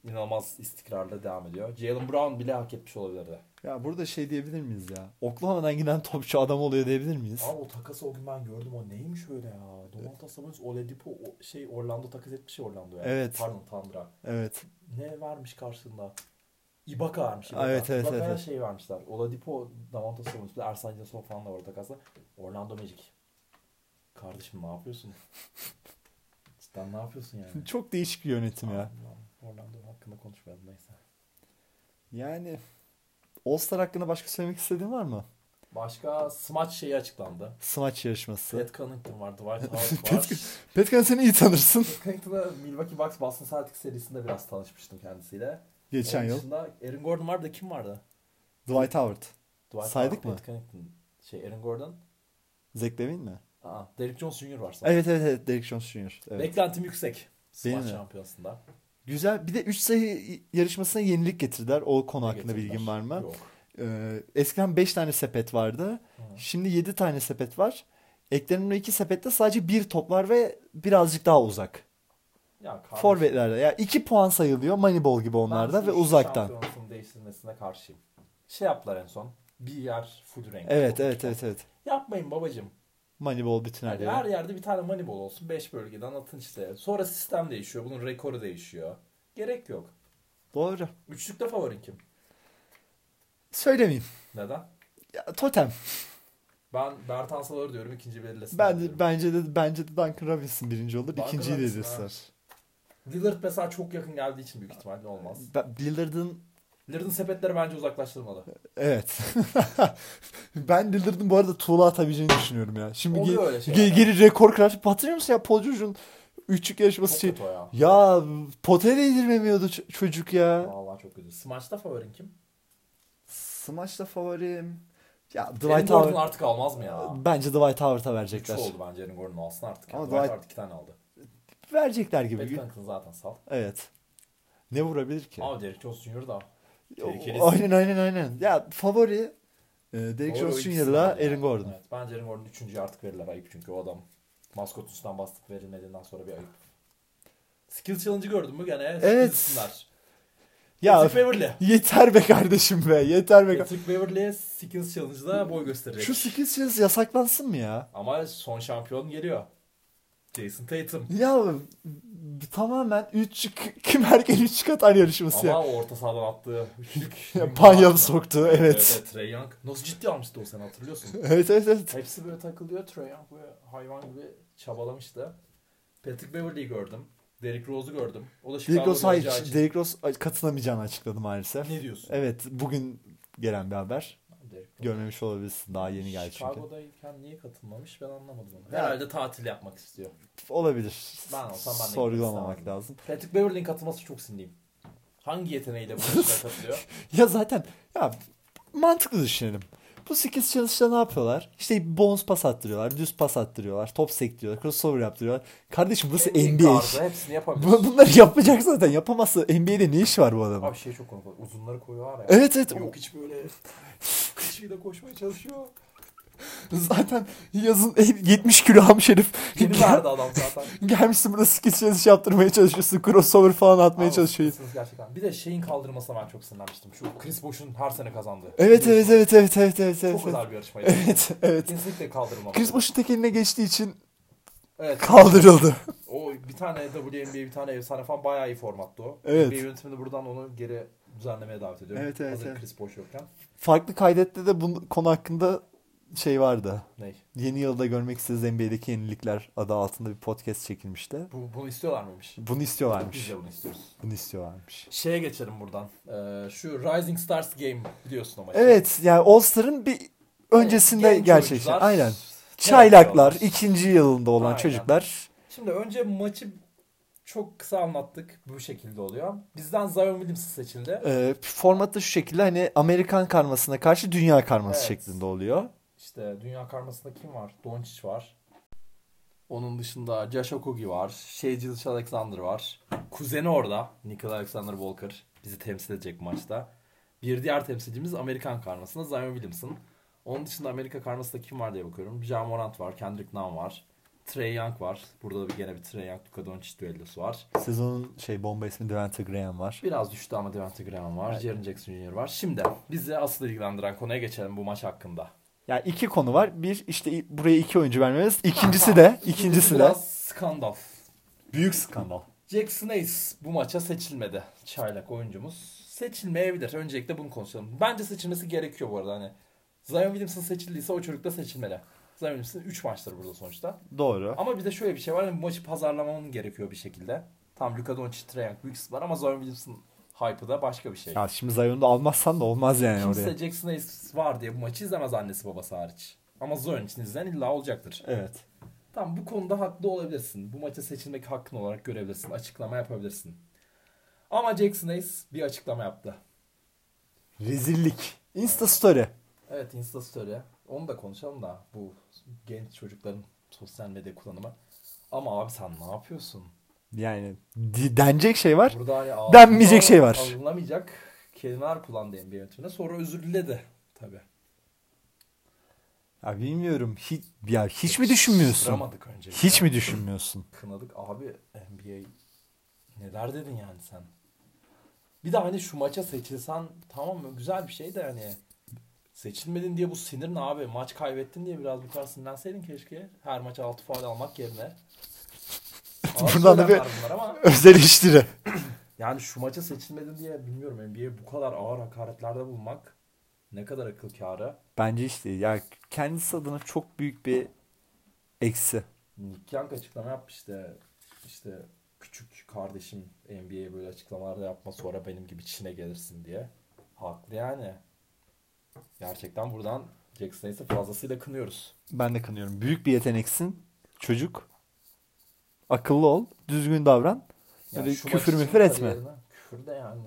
B: inanılmaz istikrarla devam ediyor. Jalen Brown bile hak etmiş olabilirdi.
A: Ya burada şey diyebilir miyiz ya? Oklahoma'dan giden topçu adam oluyor diyebilir miyiz?
B: Ama o takası o gün ben gördüm. O neymiş öyle ya? Domantas Sabonis Oladipo o şey Orlando takas etmiş ya Orlando yani.
A: Evet.
B: Pardon Tantra.
A: Evet.
B: Ne varmış karşısında? Ibaka varmış.
A: Evet, evet,
B: Ibaka'ya
A: evet,
B: şey vermişler. Oladipo, Domantas Sabonis, bir de Ersan Canson falan da var takasla. Orlando Magic. Kardeşim ne yapıyorsun? Cidden ne yapıyorsun yani?
A: Çok değişik bir yönetim ya.
B: Allah'ım, Orlando hakkında konuşmayalım neyse.
A: Yani All-Star hakkında başka söylemek istediğin var mı?
B: Başka smaç şeyi açıklandı.
A: Smaç yarışması.
B: Pat Connaughton var, Dwight Howard var.
A: Petkan seni iyi tanırsın.
B: Clayton'la Milwaukee Bucks Boston Celtics serisinde biraz tanışmıştım kendisiyle.
A: Geçen
B: Onun
A: yıl.
B: dışında Aaron Gordon vardı da kim vardı?
A: Dwight Howard.
B: Dwight
A: Saydık
B: Howard,
A: mı?
B: Pat Connaughton, Şey Aaron Gordon.
A: Zach Levine mi?
B: Aa, Derrick Jones Jr. var sanırım.
A: Evet evet evet. Derrick Jones Jr. Evet.
B: Beklentim yüksek.
A: Benim
B: Smaç
A: de.
B: şampiyonasında.
A: Güzel. Bir de 3 sayı yarışmasına yenilik getirdiler. O konu
B: Ne
A: hakkında
B: getirdiler?
A: bilgin var mı?
B: Yok.
A: Ee, eskiden 5 tane sepet vardı.
B: Hı.
A: Şimdi 7 tane sepet var. Eklenimle 2 sepette sadece bir top var ve birazcık daha uzak.
B: Ya kardeşim,
A: Forvetlerde. Ya 2 puan sayılıyor. Moneyball gibi
B: ben
A: onlarda
B: şu
A: ve
B: şu
A: uzaktan.
B: Şampiyonasının değiştirilmesine karşıyım. Şey yaptılar en son. Bir yer full renk.
A: Evet evet evet evet.
B: Yapmayın babacım.
A: Moneyball bütün her
B: Yani
A: yere.
B: her yerde bir tane manibol olsun. 5 bölgeden atın işte. Sonra sistem değişiyor. Bunun rekoru değişiyor. Gerek yok.
A: Doğru.
B: Üçlükte favorin kim?
A: Söylemeyeyim.
B: Neden?
A: Ya, totem.
B: Ben Bertans Alır diyorum ikinci belirlesin.
A: Ben, bence de bence de Duncan Robinson birinci olur.
B: Duncan
A: İkinciyi de
B: Robinson, ha.
A: edilsinler.
B: Lillard mesela çok yakın geldiği için büyük ihtimalle olmaz.
A: Ben- Lillard'ın
B: Lillard'ın sepetleri bence uzaklaştırmalı.
A: Evet. ben Lillard'ın bu arada tuğla atabileceğini düşünüyorum ya. Şimdi
B: Oluyor
A: ge-
B: öyle şey
A: ge-
B: şeyler.
A: geri rekor kırar. Hatırlıyor musun ya Paul George'un üçlük yarışması
B: Çok
A: şey.
B: kötü o ya.
A: Ya potaya değdirmemiyordu ç- çocuk ya.
B: Vallahi çok kötü. Smaç'ta favorin kim?
A: Smaç'ta favorim. Ya
B: Aaron
A: Dwight
B: Gordon
A: Howard.
B: artık almaz mı ya?
A: Bence Dwight Howard'a
B: Üç
A: verecekler.
B: oldu bence Aaron Gordon alsın artık.
A: Ama
B: Ama Dwight
A: Dwight-
B: artık iki tane aldı.
A: Verecekler gibi.
B: Pat Duncan zaten sal.
A: Evet. Ne vurabilir ki?
B: Ama Derrick Jones Jr. da.
A: O-
B: tehlikeli.
A: aynen aynen aynen. Ya favori e, Derrick
B: Doğru, o
A: Jones
B: ikisinden
A: Jr.'la
B: yani.
A: Aaron Gordon.
B: Evet, bence Aaron Gordon üçüncüyü artık verirler. Ayıp çünkü o adam maskotusundan bastık verilmediğinden sonra bir ayıp. Skill challenge'ı gördün mü gene?
A: Evet.
B: skills'ınlar.
A: Ya
B: Patrick Beverly.
A: yeter be kardeşim be. Yeter be.
B: Patrick Beverly skills challenge'da boy gösterecek.
A: Şu skills challenge yasaklansın mı ya?
B: Ama son şampiyon geliyor. Jason Tatum.
A: Ya tamamen 3 kim erken 3 kat aynı yarışması ya.
B: Ama o orta sahadan attığı üçlük.
A: Ya, Banyalı soktu evet.
B: Evet,
A: Evet
B: evet Trey Young. Nasıl ciddi almıştı o sene hatırlıyorsun.
A: evet evet.
B: Hepsi böyle takılıyor. Trey Young böyle hayvan gibi çabalamıştı. Patrick Beverly'i gördüm. Derrick Rose'u gördüm. O da
A: Derrick
B: Chicago'da
A: Rose hayır,
B: olacağı için.
A: Derrick Rose katılamayacağını açıkladı maalesef.
B: Ne diyorsun?
A: Evet bugün gelen bir haber.
B: Derrick Rose.
A: Görmemiş olabilirsin daha yeni geldi çünkü.
B: Chicago'dayken niye katılmamış ben anlamadım onu.
A: Ya.
B: Herhalde tatil yapmak istiyor.
A: Olabilir.
B: Ben olsam ben de gitmek
A: Sorgulamamak
B: istemezdim.
A: lazım.
B: Patrick Beverly'in katılması çok sinirliyim. Hangi yeteneğiyle bu işe katılıyor?
A: Ya zaten ya mantıklı düşünelim. Bu skills challenge'da ne yapıyorlar? İşte bounce pas attırıyorlar, düz pas attırıyorlar, top sektiriyorlar, crossover yaptırıyorlar. Kardeşim burası NBA.
B: Gardı, hepsini yapabilir.
A: Bu- Bunları yapacak zaten. Yapamazsa NBA'de ne işi var bu adamın?
B: Abi şey çok komik. Uzunları koyuyorlar ya.
A: Evet evet.
B: Yok hiç böyle kişiyle koşmaya çalışıyor.
A: Zaten yazın 70 kilo ham şerif.
B: Yeni verdi adam zaten.
A: Gelmişsin burada skills challenge yaptırmaya çalışıyorsun. Crossover falan atmaya
B: Abi,
A: çalışıyorsun.
B: haklısınız Gerçekten. Bir de şeyin kaldırmasına ben çok sinirlenmiştim. Şu Chris Bosh'un her sene kazandığı.
A: Evet evet evet evet evet evet.
B: Çok
A: evet.
B: özel bir şey. yarışmaydı.
A: Evet evet.
B: Kesinlikle kaldırılmamalı.
A: Chris Bosh'un tek eline geçtiği için
B: Evet.
A: kaldırıldı.
B: O bir tane WNBA bir tane efsane falan bayağı iyi formattı o.
A: Evet.
B: NBA yönetimi de buradan onu geri düzenlemeye davet ediyorum.
A: Evet, evet,
B: Hazır
A: evet.
B: Chris Bosh yokken.
A: Farklı kaydette de bu konu hakkında şey vardı.
B: Ney?
A: Yeni yılda görmek istediğiniz NBA'deki yenilikler adı altında bir podcast çekilmişti.
B: Bu, bunu istiyorlar mıymış?
A: Bunu
B: Biz
A: istiyorlarmış.
B: de bunu istiyoruz.
A: Bunu istiyorlarmış.
B: Şeye geçelim buradan. Ee, şu Rising Stars Game biliyorsun o maçı.
A: Evet yani All-Star'ın bir öncesinde
B: Genç
A: gerçekleşen.
B: oyuncular
A: Aynen.
B: terapist
A: Çaylaklar
B: olmuş.
A: ikinci yılında olan
B: Aynen.
A: çocuklar.
B: Şimdi önce maçı çok kısa anlattık. Bu şekilde oluyor. Bizden Zion Williams seçildi.
A: Ee, formatta şu şekilde hani Amerikan karmasına karşı dünya karması
B: Evet.
A: şeklinde oluyor.
B: İşte dünya karmasında kim var? Doncic var. Onun dışında Josh Okogie var. Shea Gilch Alexander var. Kuzeni orada. Nikola Alexander Walker. Bizi temsil edecek maçta. Bir diğer temsilcimiz Amerikan karmasında Zion Williamson. Onun dışında Amerika karmasında kim var diye bakıyorum. Ja Morant var. Kendrick Nunn var. Trey Young var. Burada da bir gene bir Trey Young Luka Doncic düellosu var.
A: Sezonun şey bomba ismi Devante Graham var.
B: Biraz düştü ama Devante Graham var. Jaren Jackson Jr. var. Şimdi bizi asıl ilgilendiren konuya geçelim bu maç hakkında.
A: Yani iki konu var. Bir işte buraya iki oyuncu vermemiz. İkincisi de ikincisi de
B: Biraz skandal.
A: büyük skandal.
B: Jackson Ace bu maça seçilmedi. Çaylak oyuncumuz. Seçilmeyebilir. Öncelikle bunu konuşalım. Bence seçilmesi gerekiyor bu arada. Hani Zion Williamson seçildiyse o çocuk da seçilmeli. Zion Williamson 3 maçtır burada sonuçta.
A: Doğru.
B: Ama bir de şöyle bir şey var. Hani bu maçı pazarlamamın gerekiyor bir şekilde. Tam Luka Doncic, Trae Young, Williams var ama Zion Williamson hype'ı da başka bir şey.
A: Ya şimdi Zion'u da almazsan da olmaz yani oraya.
B: Kimse Jackson Hayes var diye bu maçı izlemez annesi babası hariç. Ama Zion için izleyen illa olacaktır.
A: Evet.
B: Tamam bu konuda haklı olabilirsin. Bu maça seçilmek hakkın olarak görebilirsin. Açıklama yapabilirsin. Ama Jackson Hayes bir açıklama yaptı.
A: Rezillik. Insta story.
B: Evet Insta Story. Onu da konuşalım da bu genç çocukların sosyal medya kullanımı. Ama abi sen ne yapıyorsun?
A: Yani di- denecek şey var.
B: Burada hani ağzına
A: Denmeyecek şey var.
B: Alınamayacak kelimeler kullandı bir yönetmene. Sonra özür diledi tabii.
A: Ya bilmiyorum. Hiç, ya hiç mi düşünmüyorsun?
B: Sıramadık önce.
A: Hiç mi düşünmüyorsun?
B: kınadık. Abi NBA neler dedin yani sen? Bir de hani şu maça seçilsen tamam mı? Güzel bir şey de hani seçilmedin diye bu sinirin abi. Maç kaybettin diye biraz bu kadar sinirlenseydin keşke. Her maça 6 faal almak yerine. Ağır
A: Buradan da bir-
B: söylemler bunlar ama
A: Özel işleri.
B: yani şu maça seçilmedin diye bilmiyorum NBA'ye bu kadar ağır hakaretlerde bulmak ne kadar akıl kârı.
A: Bence işte ya kendisi adına çok büyük bir eksi.
B: Nick Young açıklama yapmıştı. İşte küçük kardeşim NBA'ye böyle açıklamalar da yapma sonra benim gibi Çin'e gelirsin diye. Haklı yani. Gerçekten buradan Jackson Hayes'i fazlasıyla kınıyoruz.
A: Ben de kanıyorum. Büyük bir yeteneksin. Çocuk. Akıllı ol. Düzgün davran.
B: Yani
A: Öyle
B: şu maç
A: küfür
B: için
A: müfür etme.
B: kariyerine- Küfür de yani.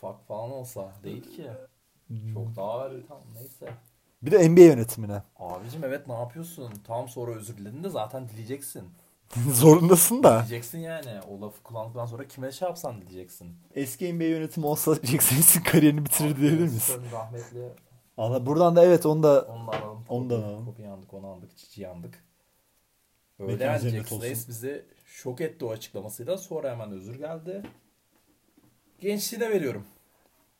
B: Fuck falan olsa değil ki.
A: Hmm.
B: Çok daha ağır. Tamam neyse.
A: Bir de NBA yönetimine.
B: Abicim evet ne yapıyorsun? Tam sonra özür diledin de zaten dileyeceksin.
A: Zorundasın da.
B: Dileyeceksin yani. O lafı kullandıktan sonra kime şey yapsan dileyeceksin.
A: Eski NBA yönetimi olsa Jackson Hayes'in kariyerini bitirir diyebilir miyiz?
B: Sonra Rahmetli
A: Valla buradan da evet onu da
B: Onu da alalım.
A: Onu da
B: Kopi-
A: alalım.
B: Kopi yandık, onu andık, çiçi yandık.
A: Mekanı
B: Öyle yani
A: cennet
B: Jackson
A: olsun.
B: Hayes bizi şok etti o açıklamasıyla. Sonra hemen özür geldi. Gençliğine veriyorum.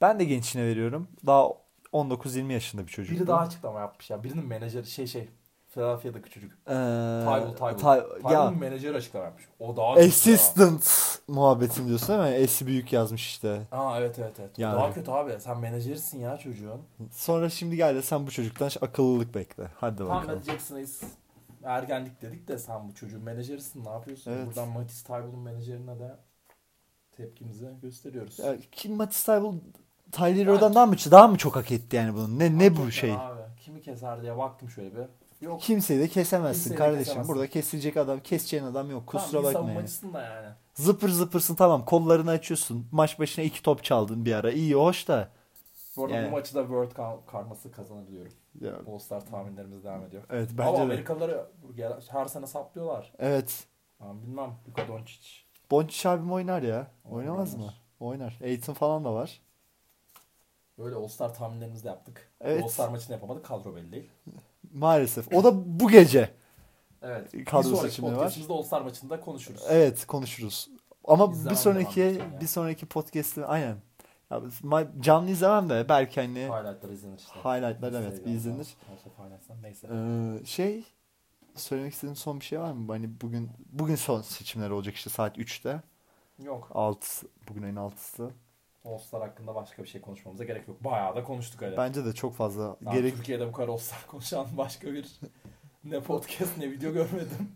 A: ben de gençine veriyorum. Daha 19-20 yaşında bir çocuk.
B: Biri daha açıklama yapmış ya. Birinin menajeri şey şey. Philadelphia'daki çocuk.
A: Ee,
B: Tyrell Tyrell.
A: Ty- ya
B: Tyrell'ın menajeri açıklama yapmış. O daha kötü ya.
A: assistant muhabbetin diyorsun değil mi? S'si büyük yazmış işte.
B: Aa evet evet evet. O
A: Yani.
B: Daha kötü abi. Sen menajerisin ya çocuğun.
A: Sonra şimdi gel de sen bu çocuktan akıllılık bekle. Hadi
B: Tamam
A: bakalım.
B: hadi Jackson Hayes. Ergenlik dedik de sen bu çocuğun menajerisin. Ne yapıyorsun?
A: Evet.
B: Buradan Matisse Tyrell'ın menajerine de tepkimizi gösteriyoruz.
A: Ya, kim Matisse Tybal Tyler Hero'dan daha mı, daha mı çok hak etti yani bunu? Ne ne bu
B: Hakikaten
A: şey?
B: Abi, kimi keser diye baktım şöyle bir. Yok.
A: Kimseyi de kesemezsin
B: Kimseyi de
A: kardeşim.
B: kesemezsin.
A: Burada kesilecek adam, keseceğin adam yok. Kusura
B: tamam, bir
A: bakma. yani.
B: savunmacısın da yani.
A: Zıpır zıpırsın tamam. Kollarını açıyorsun. Maç başına iki top çaldın bir ara. İyi hoş da.
B: Bu arada
A: Yani.
B: bu maçı da World Ka- karması kazanabiliyorum.
A: Ya,
B: All Star tahminlerimiz devam ediyor.
A: evet
B: Ama
A: bence de.
B: Amerikalıları gel- her sene saplıyorlar.
A: Evet.
B: Ben bilmem. Luka Doncic.
A: Boncic abim oynar ya. Oynamaz
B: Oynar.
A: mı? Oynar. Eğitim falan da var.
B: Böyle All Star tahminlerimizi de yaptık.
A: Evet.
B: All Star maçını yapamadık. Kadro belli değil.
A: Maalesef. O da bu gece.
B: Evet.
A: Kadro
B: bir sonraki
A: seçimleri var.
B: podcastimizde All Star maçında konuşuruz.
A: Evet konuşuruz. Ama
B: İzlemem
A: bir
B: devam
A: sonraki
B: edeceğim yani.
A: bir sonraki podcast'te aynen. Ya, ma- canlı izlemem de belki hani
B: Highlightlar izlenir işte.
A: Highlightlar evet, bir
B: Instagram'dan,
A: izlenir.
B: Microsoft Highlights'tan neyse.
A: Ee, şey söylemek istediğim son bir şey var mı? Hani bugün bugün son seçimler olacak işte saat 3'te.
B: Yok.
A: 6 bugün en 6'sı.
B: All-Star hakkında başka bir şey konuşmamıza gerek yok. Bayağı da konuştuk öyle.
A: Bence de çok fazla
B: Daha
A: gerek
B: Türkiye'de bu kadar All-Star konuşan başka bir ne podcast ne video görmedim.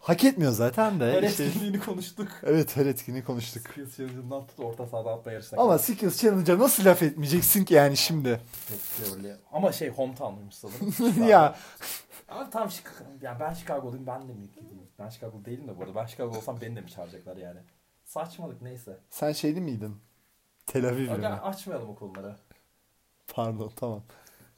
A: hak etmiyor zaten de.
B: Her
A: işte,
B: etkinliğini konuştuk.
A: evet her etkinliği konuştuk.
B: Skills Challenge'dan tut orta sahada atma yarışına.
A: Ama Skills Challenge'a nasıl laf etmeyeceksin ki yani şimdi?
B: Pek teorili. Ama şey hometown'uymuş sanırım.
A: ya
B: Ama tam Chicago. Ya ben Chicago'luyum ben de mi gideyim? Ben Chicago değilim de bu arada. Ben Chicago olsam beni de mi çağıracaklar yani? Saçmalık neyse.
A: sen şeyli miydin? Tel Aviv'li
B: Aga,
A: mi?
B: açmayalım o konuları.
A: Pardon tamam.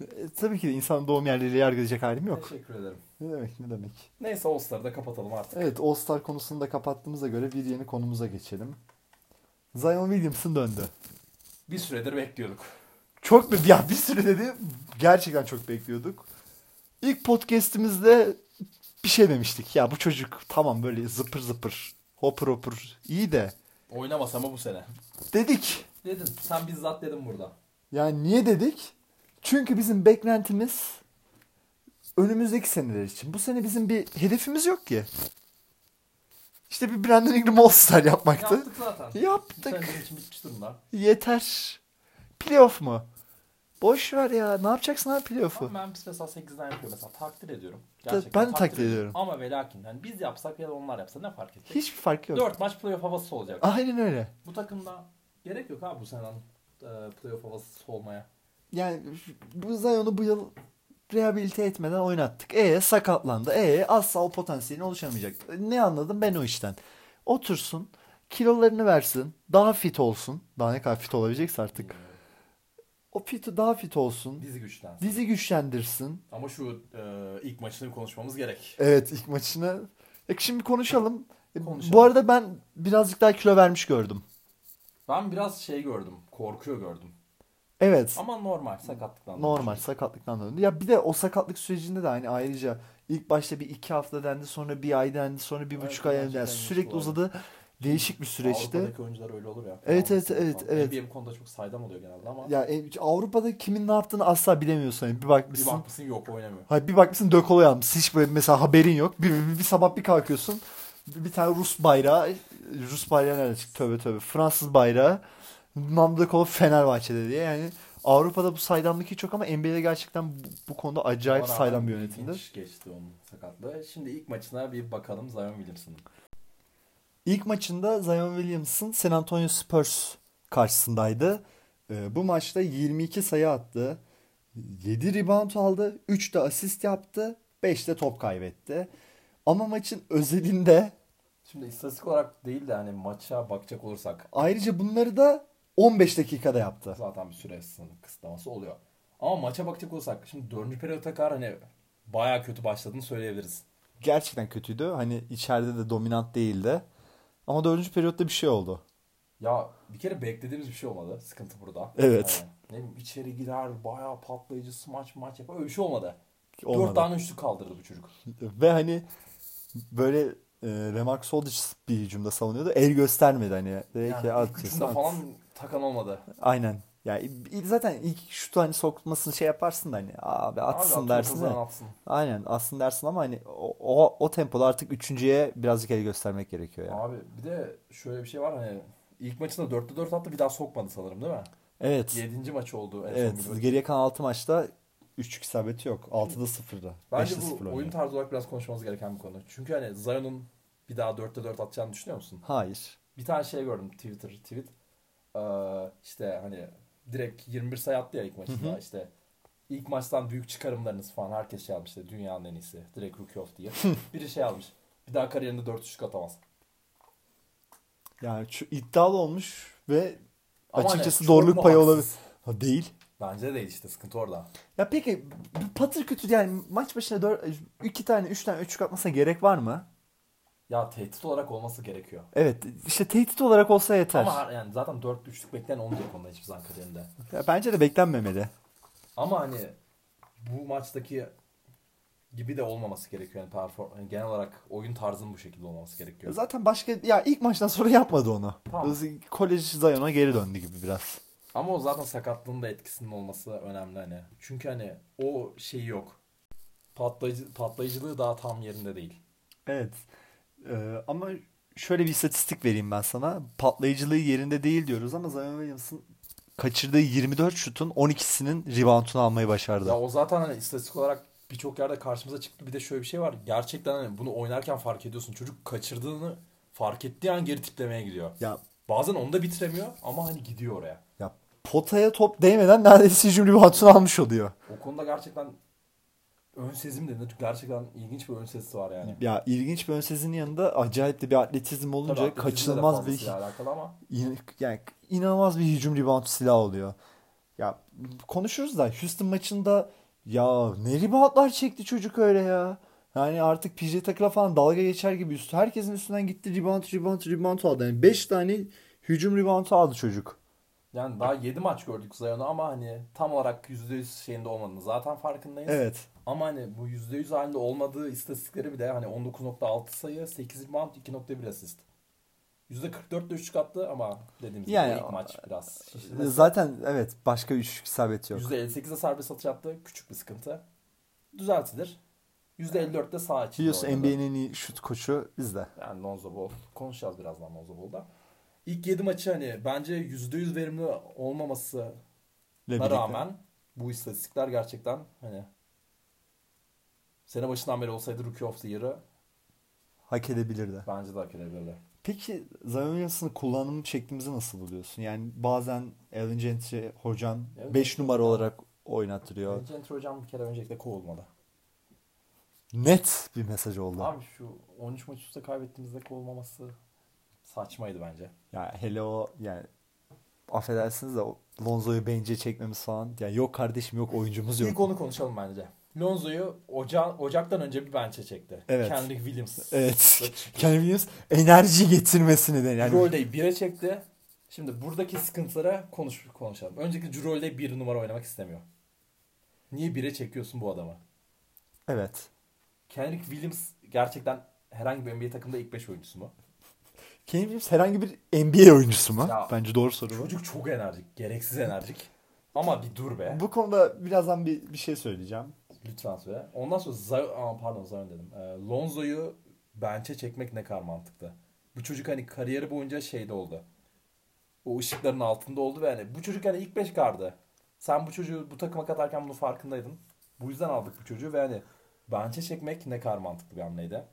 A: E, tabii ki de insan doğum yerleriyle yargılayacak halim yok.
B: Teşekkür ederim.
A: Ne demek ne demek.
B: Neyse All-Star'ı da kapatalım artık.
A: Evet All Star konusunu da kapattığımıza göre bir yeni konumuza geçelim. Zion Williamson döndü.
B: Bir süredir bekliyorduk.
A: Çok be- ya bir süre dedi gerçekten çok bekliyorduk. İlk podcast'imizde bir şey demiştik. Ya bu çocuk tamam böyle zıpır zıpır hopur hopur iyi de
B: Oynamasa mı bu sene?
A: dedik.
B: Dedim. Sen bizzat dedim burada.
A: Yani niye dedik? Çünkü bizim beklentimiz önümüzdeki seneler için. Bu sene bizim bir hedefimiz yok ki. İşte bir Brandon Ingram All Star yapmaktı.
B: Yaptık zaten. Bu sene
A: Yaptık.
B: benim için bitmiş durumda.
A: Yeter. Playoff mu? Boş ver ya. Ne yapacaksın abi playoff'u?
B: Ama Memphis mesela 8'den yapıyor mesela. Takdir ediyorum.
A: Ta- ben de takdir ediyorum.
B: Ama ve lakin yani biz yapsak ya da onlar yapsa ne fark edecek?
A: Hiçbir fark yok.
B: 4 maç playoff havası olacak.
A: Aynen öyle.
B: Bu takımda gerek yok abi bu sene e, playoff havası olmaya.
A: Yani bu Zion'u bu yıl rehabilite etmeden oynattık. E sakatlandı. E asla o potansiyelin oluşamayacak. Ne anladım ben o işten? Otursun. Kilolarını versin. Daha fit olsun. Daha ne kadar fit olabilecekse artık. O fit daha fit olsun.
B: Dizi güçlensin.
A: Dizi güçlendirsin.
B: Ama şu e, ilk maçını konuşmamız gerek.
A: Evet ilk maçını. E şimdi konuşalım. E,
B: Konuşalım.
A: Bu arada ben birazcık daha kilo vermiş gördüm.
B: Ben biraz şey gördüm. Korkuyor gördüm.
A: Evet.
B: Ama normal sakatlıktan.
A: Normal sakatlıktan döndü. Ya bir de o sakatlık sürecinde de hani ayrıca ilk başta bir iki hafta dendi sonra bir ay dendi sonra bir
B: Evet,
A: buçuk ay dendi.
B: gerçekten
A: Yani sürekli
B: bu arada.
A: uzadı. Değişik bir süreçti.
B: Avrupa'daki oyuncular öyle olur ya.
A: Evet, evet,
B: Tamam.
A: evet, evet.
B: NBA bu konuda çok saydam oluyor genelde ama
A: Ya e, Avrupa'da kimin ne yaptığını asla bilemiyorsun. Yani bir
B: bir
A: bakmışsın.
B: bakmışsın yok oynamıyor.
A: Hayır bir bakmışsın Dökolo yapmış. Hiç böyle mesela haberin yok. Bir, bir, bir sabah bir kalkıyorsun. Bir, bir tane Rus bayrağı. Rus bayrağı nerede çıktı? Tövbe tövbe. Fransız bayrağı. Namda Dökolo Fenerbahçe'de diye. Yani Avrupa'da bu saydamlık hiç yok ama NBA'de gerçekten bu, bu konuda acayip
B: Ona
A: saydam
B: rağmen
A: bir yönetimdir.
B: ilginç geçti onun sakatlığı. Şimdi ilk maçına bir bakalım Zion Williamson'ın.
A: İlk maçında Zion Williamson San Antonio Spurs karşısındaydı. Ee, Bu maçta 22 sayı attı. 7 rebound aldı. 3 de asist yaptı. 5 de top kaybetti. Ama maçın özelinde
B: Şimdi istatistik olarak değil de hani maça bakacak olursak
A: ayrıca bunları da 15 dakikada yaptı.
B: zaten bir süre sınırı kısıtlaması oluyor. Ama maça bakacak olursak şimdi 4. periyota kadar hani baya kötü başladığını söyleyebiliriz.
A: Gerçekten kötüydü. Hani içeride de dominant değildi. Ama 4. periyotta bir şey oldu.
B: Ya bir kere beklediğimiz bir şey olmadı. Sıkıntı burada.
A: Evet.
B: Yani ne bileyim içeri girer bayağı patlayıcı smaç maç yapar. Öyle bir şey olmadı.
A: Olmadı.
B: 4 tane üçlük kaldırdı bu çocuk.
A: Ve hani böyle e, Remark Aldridge bir cümle savunuyordu. El göstermedi hani. Direkt
B: Yani
A: ya,
B: ilk
A: at
B: üçünde
A: diyorsun, at.
B: falan takan olmadı.
A: Aynen. Ya i- zaten ilk şutu hani sokmasını şey yaparsın da hani abi atsın
B: Abi
A: dersin.
B: kazanan
A: de.
B: atsın.
A: Aynen atsın dersin ama hani o, o, o tempoda artık üçüncüye birazcık el göstermek gerekiyor ya.
B: Abi bir de şöyle bir şey var hani ilk maçında 4'te 4 attı bir daha sokmadı sanırım değil mi?
A: Evet.
B: 7. maçı oldu en
A: Evet.
B: son. bir-
A: Geriye kalan 6 maçta 3'lük isabeti yok. 6'da 0'da.
B: Bence
A: 5'te 0
B: bu oyun
A: oynuyor.
B: tarzı olarak biraz konuşmamız gereken bir konu. Çünkü hani Zion'un bir daha 4'te 4 atacağını düşünüyor musun?
A: Hayır.
B: Bir tane şey gördüm Twitter tweet. Ee, işte hani direkt 21 sayı attı ya ilk maçında işte. ilk maçtan büyük çıkarımlarınız falan herkes şey almış işte dünyanın en iyisi. Direkt rookie of diye. Biri şey almış. Bir daha kariyerinde 4 üçlük atamaz.
A: Yani şu iddialı olmuş ve
B: Ama hani
A: açıkçası
B: çok
A: doğruluk
B: mu
A: payı
B: haksız?
A: olabilir. Ha, değil.
B: Bence değil işte sıkıntı orada.
A: Ya peki bu patır kötü yani maç başına 4, 2 tane 3 tane üçlük atmasına gerek var mı?
B: Ya tehdit olarak olması gerekiyor.
A: Evet işte tehdit olarak olsa yeter.
B: Ama her- yani zaten 4 üçlük bekleyen olmayacak onda hiçbir zaman kariyerinde.
A: Ya bence de beklenmemeli.
B: Ama hani bu maçtaki gibi de olmaması gerekiyor. Yani perform yani genel olarak oyun tarzının bu şekilde olmaması gerekiyor.
A: Zaten başka ya ilk maçtan sonra yapmadı onu.
B: Tamam.
A: Z- Kolej Zion'a geri döndü gibi biraz.
B: Ama o zaten sakatlığın da etkisinin olması önemli hani. Çünkü hani o şey yok. Patlayıcı, patlayıcılığı daha tam yerinde değil.
A: Evet. Ee, ama şöyle bir istatistik vereyim ben sana. Patlayıcılığı yerinde değil diyoruz ama Zion Williamson kaçırdığı 24 şutun 12'sinin reboundunu almayı başardı.
B: Ya o zaten hani istatistik olarak birçok yerde karşımıza çıktı. Bir de şöyle bir şey var. Gerçekten hani bunu oynarken fark ediyorsun. Çocuk kaçırdığını fark ettiği an geri tiplemeye gidiyor.
A: Ya
B: Bazen onu da bitiremiyor ama hani gidiyor oraya.
A: ya potaya top değmeden neredeyse hücum reboundunu almış oluyor.
B: O konuda gerçekten ön sezim de gerçekten ilginç bir ön sezisi var yani.
A: Ya ilginç bir ön sezinin yanında acayip de bir atletizm
B: Tabii
A: olunca
B: atletizmle de
A: kaçınılmaz bir
B: fazlasıyla alakalı ama
A: in- yani inanılmaz bir hücum rebound silahı oluyor. Ya konuşuruz da Houston maçında ya ne reboundlar çekti çocuk öyle ya. Yani artık PJ Tucker'a falan dalga geçer gibi üstü. Herkesin üstünden gitti rebound rebound rebound aldı. Yani 5 tane hücum reboundu aldı çocuk.
B: yani daha 7 maç gördük Zion'u ama hani tam olarak %100 şeyinde olmadığını zaten farkındayız.
A: Evet.
B: Ama hani bu %100 halinde olmadığı istatistikleri bile hani 19.6 sayı, 8 rebound, 2.1 asist. %44 de üçlük attı ama dediğimiz gibi
A: Yani-
B: ilk maç biraz şişti.
A: Zaten evet başka üçlük isabet yok.
B: %58'e serbest atış attı. Küçük bir sıkıntı. Düzeltilir. %54 de sağ içinde
A: Biliyorsun
B: oynadı.
A: NBA'nin en iyi şut koçu bizde.
B: Yani Lonzo Ball. Konuşacağız birazdan Lonzo Ball'da. İlk 7 maçı hani bence %100 verimli olmamasına
A: Ile birlikte.
B: rağmen bu istatistikler gerçekten hani sene başından beri olsaydı Rookie of the Year'ı
A: Hak edebilirdi.
B: bence de hak edebilirdi.
A: Peki Zion Williamson'ın kullanım şeklimizi nasıl buluyorsun? Yani bazen Allen Gentry hocan
B: Evet.
A: 5 numara olarak oynattırıyor.
B: Evet. Center hocam bir kere öncelikle kovulmadı.
A: Net bir mesaj oldu.
B: Abi şu 13 maç üstte kaybettiğimizde kovulmaması saçmaydı bence.
A: Ya hele o yani affedersiniz de o Lonzo'yu bence çekmemiz falan. Yani yok kardeşim yok oyuncumuz yok.
B: İlk onu konuşalım bence. Lonzo'yu Oca- Ocak'tan önce bir bench'e çekti.
A: Evet.
B: Kendrick Williams.
A: Evet. Kenny Williams enerji getirmesini de yani.
B: Cirolde'yi 1'e çekti. Şimdi buradaki sıkıntılara konuş konuşalım. Önceki Cirolde 1 numara oynamak istemiyor. Niye 1'e çekiyorsun bu adamı?
A: Evet.
B: Kendrick Williams gerçekten herhangi bir NBA takımda ilk 5 oyuncusu mu?
A: Kenny Williams herhangi bir NBA oyuncusu mu?
B: Ya,
A: Bence doğru soru bu.
B: Çocuk çok enerjik. Gereksiz enerjik. Ama bir dur be.
A: Bu konuda birazdan bir, bir şey söyleyeceğim.
B: Lütfen söyle. Ondan sonra Zion, aa, pardon Zion dedim. Ee, Lonzo'yu bench'e çekmek ne kadar mantıklı. Bu çocuk hani kariyeri boyunca şeyde oldu. O ışıkların altında oldu ve hani bu çocuk hani ilk 5 kardı. Sen bu çocuğu bu takıma katarken bunun farkındaydın. Bu yüzden aldık bu çocuğu ve hani bench'e çekmek ne kadar mantıklı bir hamleydi.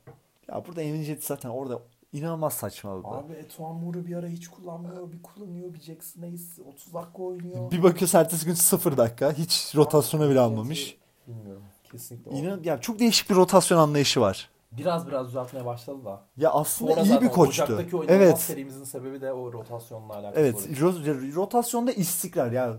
A: Ya burada Allen Gentry zaten orada inanılmaz saçmaladı.
B: Abi Etuan Moore'u bir ara hiç kullanmıyor. Bir kullanıyor. Bir Jackson Hayes 30 dakika oynuyor.
A: Bir bakıyorsun ertesi gün 0 dakika. Hiç rotasyona bile almamış.
B: Bilmiyorum. Kesinlikle. olmadı.
A: İnan, ya çok değişik bir rotasyon anlayışı var.
B: Biraz biraz düzeltmeye başladı da.
A: Ya aslında
B: Sonra
A: iyi
B: zaten
A: bir koçtu.
B: Ocaktaki oynanmaz
A: Evet.
B: serimizin sebebi de o rotasyonla alakalı.
A: Evet.
B: olabilir.
A: ro- rotasyonda istikrar ya.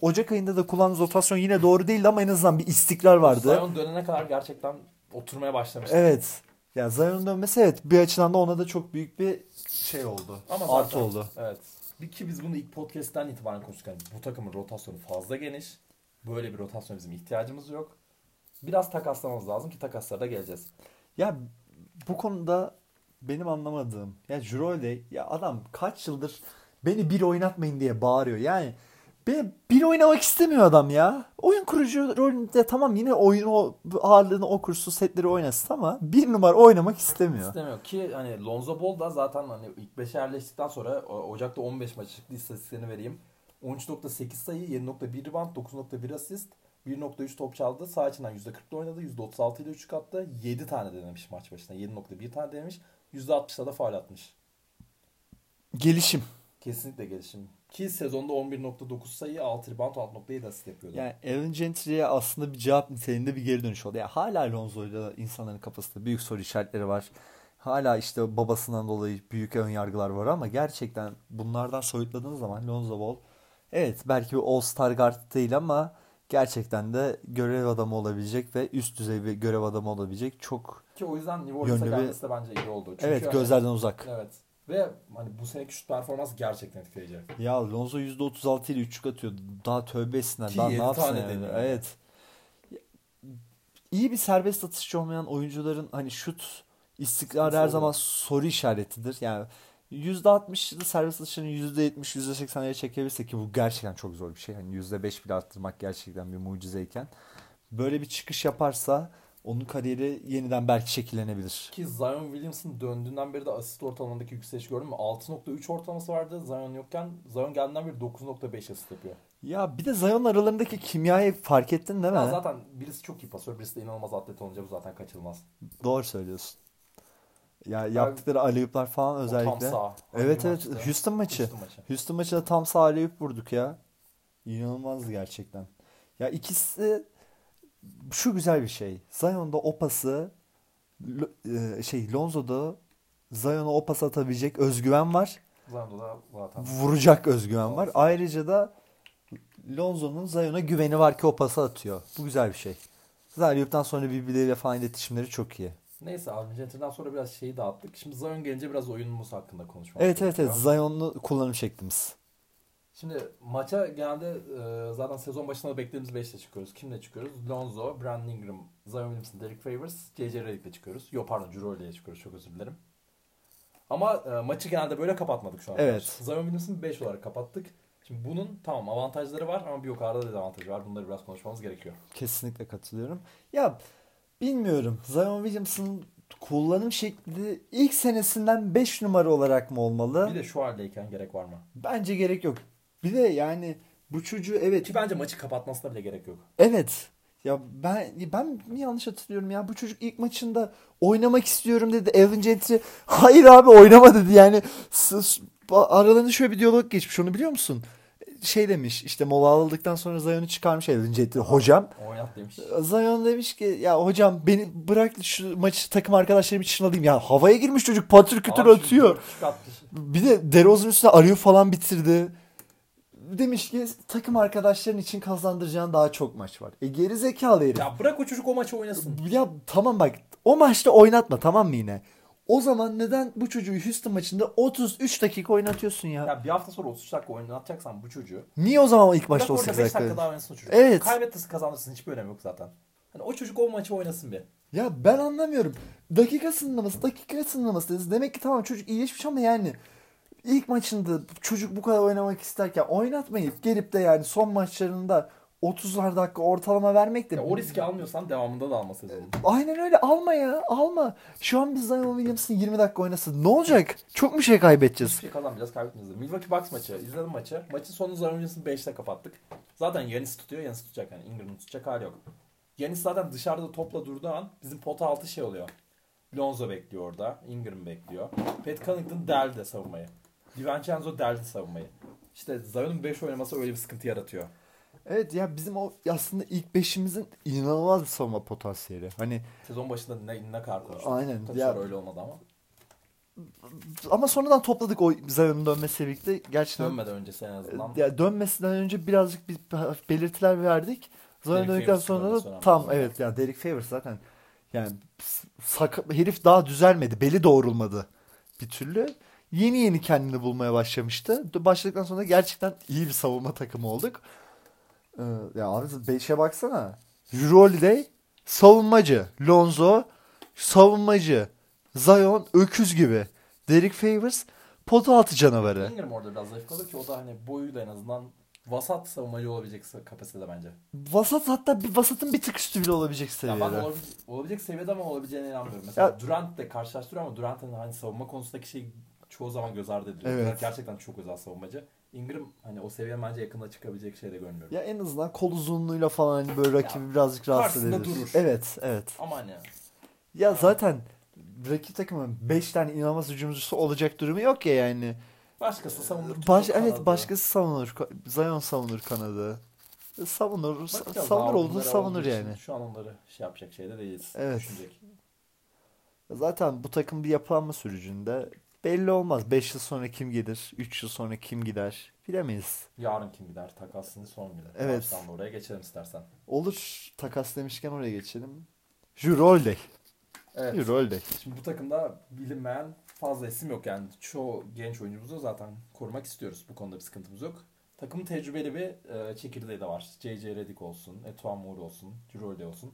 A: Ocak ayında da kullandığımız rotasyon yine doğru değildi ama en azından bir istikrar vardı.
B: Zion dönene kadar gerçekten oturmaya başlamıştı.
A: Evet. Ya Zion'un dönmesi evet bir açıdan da ona da çok büyük bir şey oldu.
B: Ama zaten-
A: Artı oldu.
B: Evet. Bir ki biz bunu ilk podcast'ten itibaren konuştuk. Yani bu takımın rotasyonu fazla geniş. Böyle bir rotasyon bizim ihtiyacımız yok. Biraz takaslamamız lazım ki takaslara da geleceğiz.
A: Ya bu konuda benim anlamadığım ya Jirole ya adam kaç yıldır beni bir oynatmayın diye bağırıyor. Yani be, bir oynamak istemiyor adam ya. Oyun kurucu rolünde tamam yine oyunu o- ağırlığını o kursu setleri oynasın ama bir numara oynamak istemiyor.
B: İstemiyor ki hani Lonzo Ball da zaten hani ilk 5'e yerleştikten sonra o- Ocak'ta 15 maç çıktı istatistiklerini vereyim. 13.8 sayı, 7.1 rebound, 9.1 asist, 1.3 top çaldı. Sağ içinden %40'la oynadı. %36 ile 3 attı. 7 tane denemiş maç başına. 7.1 tane denemiş. %60'la da faal atmış.
A: Gelişim.
B: Kesinlikle gelişim. Ki sezonda 11.9 sayı, 6 rebound, 6.7 asist yapıyordu.
A: Yani Allen Gentry'ye aslında bir cevap niteliğinde bir geri dönüş oldu. Ya hala Lonzo'yla insanların kafasında büyük soru işaretleri var. Hala işte babasından dolayı büyük ön yargılar var ama gerçekten bunlardan soyutladığınız zaman Lonzo Ball evet belki bir All-Star guard değil ama gerçekten de görev adamı olabilecek ve üst düzey bir görev adamı olabilecek çok
B: Ki o yüzden New Orleans'a
A: Yönlü bir-
B: gelmesi de bence iyi oldu. Çünkü
A: evet
B: hani-
A: gözlerden uzak.
B: Evet. Ve hani bu seneki şut performansı gerçekten etkileyici.
A: Ya Lonzo %36 ile üçlük atıyor. Daha tövbe etsinler.
B: Ki
A: Daha ne
B: yedi
A: yapsın
B: tane
A: yani?
B: deniyor.
A: Evet. İyi bir serbest atışçı olmayan oyuncuların hani şut istikrarı her
B: Sıkıntısı
A: zaman soru işaretidir. Yani %60'lı serbest atışının %70, %80'lere çekebilirse ki bu gerçekten çok zor bir şey. Hani %5 bile arttırmak gerçekten bir mucizeyken. Böyle bir çıkış yaparsa Onun kariyeri yeniden belki şekillenebilir.
B: Ki Zion Williamson döndüğünden beri de asist ortalamadaki yükseliş gördün mü? 6.3 ortalaması vardı Zion yokken. Zion geldiğinden beri 9.5 asist yapıyor.
A: Ya bir de Zion aralarındaki kimyayı fark ettin değil mi?
B: Ya zaten birisi çok iyi pasör, birisi de inanılmaz atlet olunca bu zaten kaçılmaz.
A: Doğru söylüyorsun. Ya yaptıkları aleyhüpler falan özellikle.
B: O tam sağ.
A: Evet
B: Hangi
A: evet
B: maçtı?
A: Houston maçı.
B: Houston maçı.
A: Houston maçında tam sağ aleyhüp vurduk ya. İnanılmazdı gerçekten. Ya ikisi şu güzel bir şey. Zion'da o pası Lo- e, şey Lonzo'da Zion'a o pas atabilecek özgüven var.
B: Zando'da zaten.
A: Vuracak özgüven var. Ayrıca da Lonzo'nun Zion'a güveni var ki o pası atıyor. Bu güzel bir şey. Zaten aleyhüpten sonra birbirleriyle falan iletişimleri çok iyi.
B: Neyse Arjantin'den sonra biraz şeyi dağıttık. Şimdi Zion gelince biraz oyunumuz hakkında konuşmak
A: Evet evet
B: gerekiyor.
A: evet Zion'lu kullanım şeklimiz.
B: Şimdi maça genelde e, zaten sezon başında da beklediğimiz beşle çıkıyoruz. Kimle çıkıyoruz? Lonzo, Brandon Ingram, Zion Williamson, Derek Favors, JJ Redick'le çıkıyoruz. Yok pardon, Jurol'le çıkıyoruz. Çok özür dilerim. Ama e, maçı genelde böyle kapatmadık şu an.
A: Evet.
B: Zion Williamson'ı 5 olarak kapattık. Şimdi bunun tamam avantajları var ama bir yukarıda da dezavantajı var. Bunları biraz konuşmamız gerekiyor.
A: Kesinlikle katılıyorum. Ya bilmiyorum. Zion Williamson'ın kullanım şekli ilk senesinden 5 numara olarak mı olmalı?
B: Bir de şu haldeyken gerek var mı?
A: Bence gerek yok. Bir de yani bu çocuğu evet
B: Ki bence maçı kapatmasına bile gerek yok.
A: evet ya ben ben mi yanlış hatırlıyorum ya bu çocuk ilk maçında oynamak istiyorum dedi Evan Gentry hayır abi oynama dedi yani Sus- aralarında şöyle bir diyalog geçmiş onu biliyor musun? Şey demiş işte mola aldıktan sonra Zion'u çıkarmış Evan Gentry hocam
B: Oynat demiş.
A: Zion demiş ki ya hocam beni bırak şu maçı takım arkadaşlarım için alayım. Ya havaya girmiş çocuk patır kütür
B: Abi şimdi
A: atıyor.
B: dört buçuk atmış.
A: Bir de DeRozan üstüne arıyor falan bitirdi. Demiş ki takım arkadaşların için kazandıracağın daha çok maç var. E geri zekalı herif. Ya,
B: Ya bırak o çocuk o maçı oynasın.
A: tamam bak o maçta oynatma tamam mı yine? O zaman neden bu çocuğu Houston maçında 33 dakika oynatıyorsun ya?
B: Ya bir hafta sonra 33 dakika oynatacaksan bu çocuğu
A: Niye o zaman ilk
B: Bırak
A: maçta
B: orada
A: 18
B: 5 dakika
A: dakika?
B: daha oynasın o çocuk.
A: Evet.
B: Kaybetmesin kazanırsın hiçbir önemi yok zaten. Hani o çocuk o maçı oynasın bir.
A: Ya ben anlamıyorum. Dakika sınırlaması, dakika sınırlaması dediniz. Demek ki tamam çocuk iyileşmiş ama yani ilk maçında çocuk bu kadar oynamak isterken oynatmayıp gelip de yani son maçlarında 30'lar dakika ortalama vermek de
B: Ya o riski almıyorsan devamında da alması lazım.
A: Aynen öyle alma ya alma. Şu an biz Zion Williamson 20 dakika oynasın. Ne olacak? Çok mu şey kaybedeceğiz?
B: Hiçbir şey kazanmayacağız kaybetmeyeceğiz. de. Milwaukee Bucks maçı. izledim maçı. Maçın sonunu Zion Williamson 5'te kapattık. Zaten Yanis tutuyor. Yanis tutacak yani. Ingram'ın tutacak hali yok. Yanis zaten dışarıda topla durduğu an bizim pota altı şey oluyor. Lonzo bekliyor orada. Ingram bekliyor. Pat Connaughton deldi savunmayı. DiVincenzo deldi savunmayı. İşte Zion'un 5 oynaması öyle bir sıkıntı yaratıyor.
A: Evet ya bizim o aslında ilk beşimizin inanılmaz bir savunma potansiyeli. Hani
B: Sezon başında ne, ne kadar konuştuk.
A: Aynen,
B: Tabii
A: ya-
B: sonra öyle olmadı ama.
A: ama sonradan topladık o Zion'un dönmesiyle birlikte. Gerçekten
B: Dönmeden öncesi en azından.
A: Ya dönmesinden önce birazcık bir hafif belirtiler verdik. Zaten
B: Derek
A: döndükten
B: Favors'ın
A: sonra
B: dönmesi
A: da
B: önemli
A: tam
B: zaten.
A: evet ya Derek Favors zaten yani s- saka- herif daha düzelmedi. Beli doğrulmadı bir türlü. Yeni yeni kendini bulmaya başlamıştı. D- Başladıktan sonra gerçekten iyi bir savunma takımı olduk. Ee, ya abi 5'e baksana. Rolde savunmacı. Lonzo savunmacı. Zion öküz gibi. Derek Favors pota altı canavarı.
B: Ingram orada biraz zayıf kalır ki o da hani boyu da en azından vasat savunmacı olabilecek sa- kapasitede bence.
A: Vasat hatta bir vasatın bir tık üstü bile olabilecek
B: Ya
A: seviyede.
B: ben olabilecek, olabilecek seviyede ama olabileceğine inanmıyorum. Mesela Durant de karşılaştırıyor ama Durant'ın hani savunma konusundaki şey çoğu zaman göz ardı ediliyor.
A: Evet.
B: Durant gerçekten çok özel savunmacı. Ingram hani o seviye bence yakında çıkabilecek şey de görmüyorum.
A: Ya en azından kol uzunluğuyla falan hani böyle rakibi birazcık rahatsız
B: karşısında
A: eder.
B: durur.
A: Evet, evet.
B: Ama hani
A: Ya zaten rakip takımın 5 tane inanılmaz hücumcusu olacak durumu yok ya yani.
B: başkası savunur.
A: Ee, Baş,
B: tutur
A: evet
B: kanadı.
A: başkası savunur. Ko- Zion savunur kanadı. E, Savunur. sa-
B: Bakacağız
A: savunur
B: daha
A: olduğu
B: bunlara
A: savunur
B: olduğu için
A: yani.
B: Şu an onları şey yapacak şeyde değiliz.
A: Evet.
B: Düşünecek.
A: Zaten bu takım bir yapılanma sürecinde belli olmaz. 5 yıl sonra kim gelir? 3 yıl sonra kim gider? Bilemeyiz.
B: Yarın kim gider? Takasını son gider.
A: Evet.
B: Baştan da oraya geçelim istersen.
A: Olur takas demişken oraya geçelim. Jurolde.
B: Evet.
A: Jurolde.
B: Şimdi bu takımda bilinmeyen fazla isim yok yani. Çoğu genç oyuncumuzu zaten korumak istiyoruz. Bu konuda bir sıkıntımız yok. Takımın tecrübeli bir e, çekirdeği de var. JJ Redick olsun, Etuan Moore olsun, Cirolde olsun.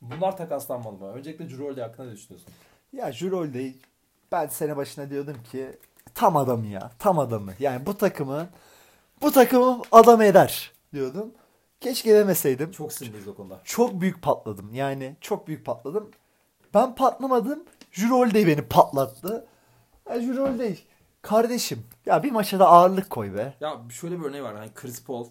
B: Bunlar takaslanmalı mı? Öncelikle Cirolde hakkında ne düşünüyorsun?
A: Ya Jurolde ben sene başına diyordum ki tam adamı ya. Tam adamı. Yani bu takımı bu takımı adam eder diyordum. Keşke demeseydim.
B: Çok sinirliyiz o konuda.
A: Çok büyük patladım. Yani çok büyük patladım. Ben patlamadım. Jurolde beni patlattı. Ya Jurolde kardeşim ya bir maça da ağırlık koy be.
B: Ya şöyle bir örneği var. Hani Chris Paul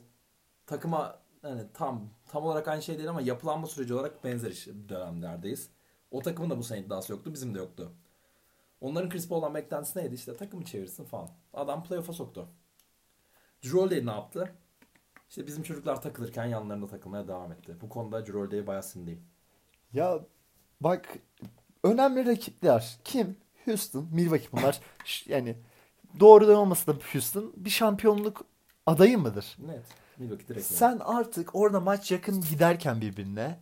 B: takıma hani tam tam olarak aynı şey değil ama yapılanma süreci olarak benzer iş- dönemlerdeyiz. O takımın da bu sene iddiası yoktu. Bizim de yoktu. Onların Chris Paul'dan beklentisi neydi? İşte takımı çevirsin falan. Adam playoff'a soktu. Cirolde ne yaptı? İşte bizim çocuklar takılırken yanlarında takılmaya devam etti. Bu konuda Cirolde'ye bayağı sinirliyim.
A: Ya bak önemli rakipler kim? Houston, Milwaukee bunlar Ş- yani doğrudan olmasa da Houston bir şampiyonluk adayı mıdır?
B: Net. Milwaukee direkt. yani.
A: Sen artık orada maç yakın giderken birbirine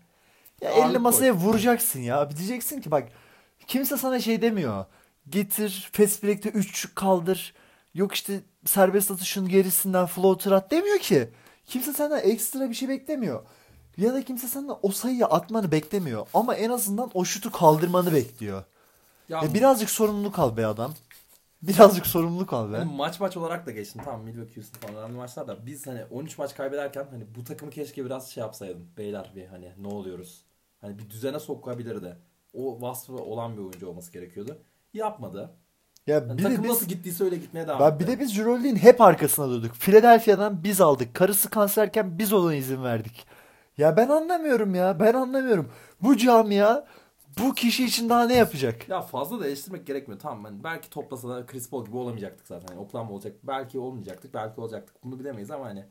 A: ya
B: Ağırlık
A: elini masaya vuracaksın ya. Diyeceksin ki bak kimse sana şey demiyor. Getir fast break'te 3 kaldır. Yok işte serbest atışın gerisinden floater at demiyor ki. Kimse senden ekstra bir şey beklemiyor. Ya da kimse senden o sayıyı atmanı beklemiyor. Ama en azından o şutu kaldırmanı bekliyor.
B: Ya,
A: Ya birazcık sorumluluk al be adam. Birazcık sorumluluk al be.
B: Hani maç maç olarak da geçtim. Tamam Milwaukee Houston falan önemli maçlar da biz hani 13 maç kaybederken hani bu takımı keşke biraz şey yapsaydım. Beyler bir hani ne oluyoruz? Hani bir düzene sokabilirdi. O vasfı olan bir oyuncu olması gerekiyordu. Yapmadı.
A: Ya
B: Yani
A: bir de
B: takım
A: biz
B: nasıl gittiyse öyle gitmeye devam
A: Ben
B: etti.
A: bir de biz Jurolde'in hep arkasına durduk. Philadelphia'dan biz aldık. Karısı kanserken biz ona izin verdik. Ya ben anlamıyorum ya. Ben anlamıyorum. Bu camia bu kişi için daha ne yapacak?
B: Ya fazla da eleştirmek gerekmiyor. Tamam ben belki toplasa da Chris Paul gibi olamayacaktık zaten. Yani Oklahoma olacak. Belki olmayacaktık. Belki olacaktık. Bunu bilemeyiz ama hani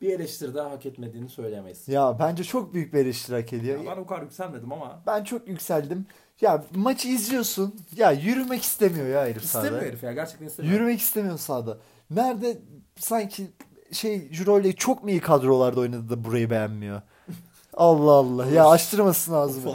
B: bir eleştiri daha hak etmediğini söyleyemeyiz.
A: Ya bence çok büyük bir eleştiri hak ediyor.
B: Ya ben o kadar yükselmedim ama
A: Ben çok yükseldim. Ya maçı izliyorsun. Ya yürümek istemiyor ya herif sahada.
B: istemiyor herif ya. Gerçekten istemiyor.
A: Yürümek istemiyor sahada. Nerede sanki şey Jurolde çok mu iyi kadrolarda oynadı da burayı beğenmiyor? Allah Allah. Ya açtırmasın ağzımı.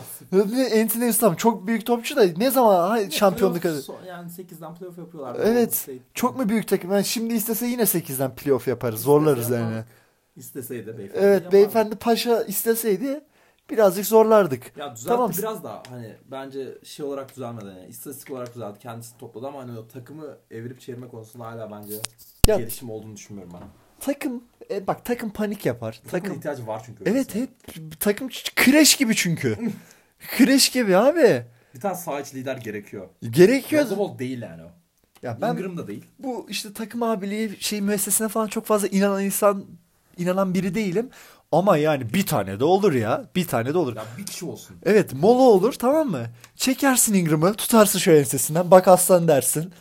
A: Anthony Ustam çok büyük topçu da ne zaman ha, şampiyonluk adı.
B: Playoff son- Yani 8'den playoff yapıyorlar.
A: Evet. Çok mu büyük takım? Yani şimdi istese yine 8'den playoff yaparız. Zorlarız
B: İstese
A: yani.
B: yapar. İsteseydi beyefendi.
A: Evet
B: yapardı.
A: beyefendi paşa isteseydi birazcık zorlardık.
B: Ya düzeltti
A: Tamam.
B: biraz daha hani bence şey olarak düzelmedi yani istatistik olarak düzeltti kendisi topladı ama hani o takımı evirip çevirme konusunda hala bence
A: Ya-
B: gelişim olduğunu düşünmüyorum ben.
A: Takım e, bak takım panik yapar.
B: Takım
A: Takım
B: ihtiyacı var çünkü.
A: Evet evet takım ç- kreş gibi çünkü. kreş gibi abi.
B: Bir tane sağ iç lider gerekiyor.
A: Gerekiyor.
B: Yozabol değil yani o.
A: Ya ben
B: Ben... Ingram da değil.
A: bu işte takım abiliği şey müessesesine falan çok fazla inanan insan inanan biri değilim. Ama yani bir tane de olur ya. Bir tane de olur.
B: Ya bir kişi olsun.
A: Evet mola olur tamam mı? Çekersin Ingram'ı tutarsın şöyle ensesinden bak aslan dersin.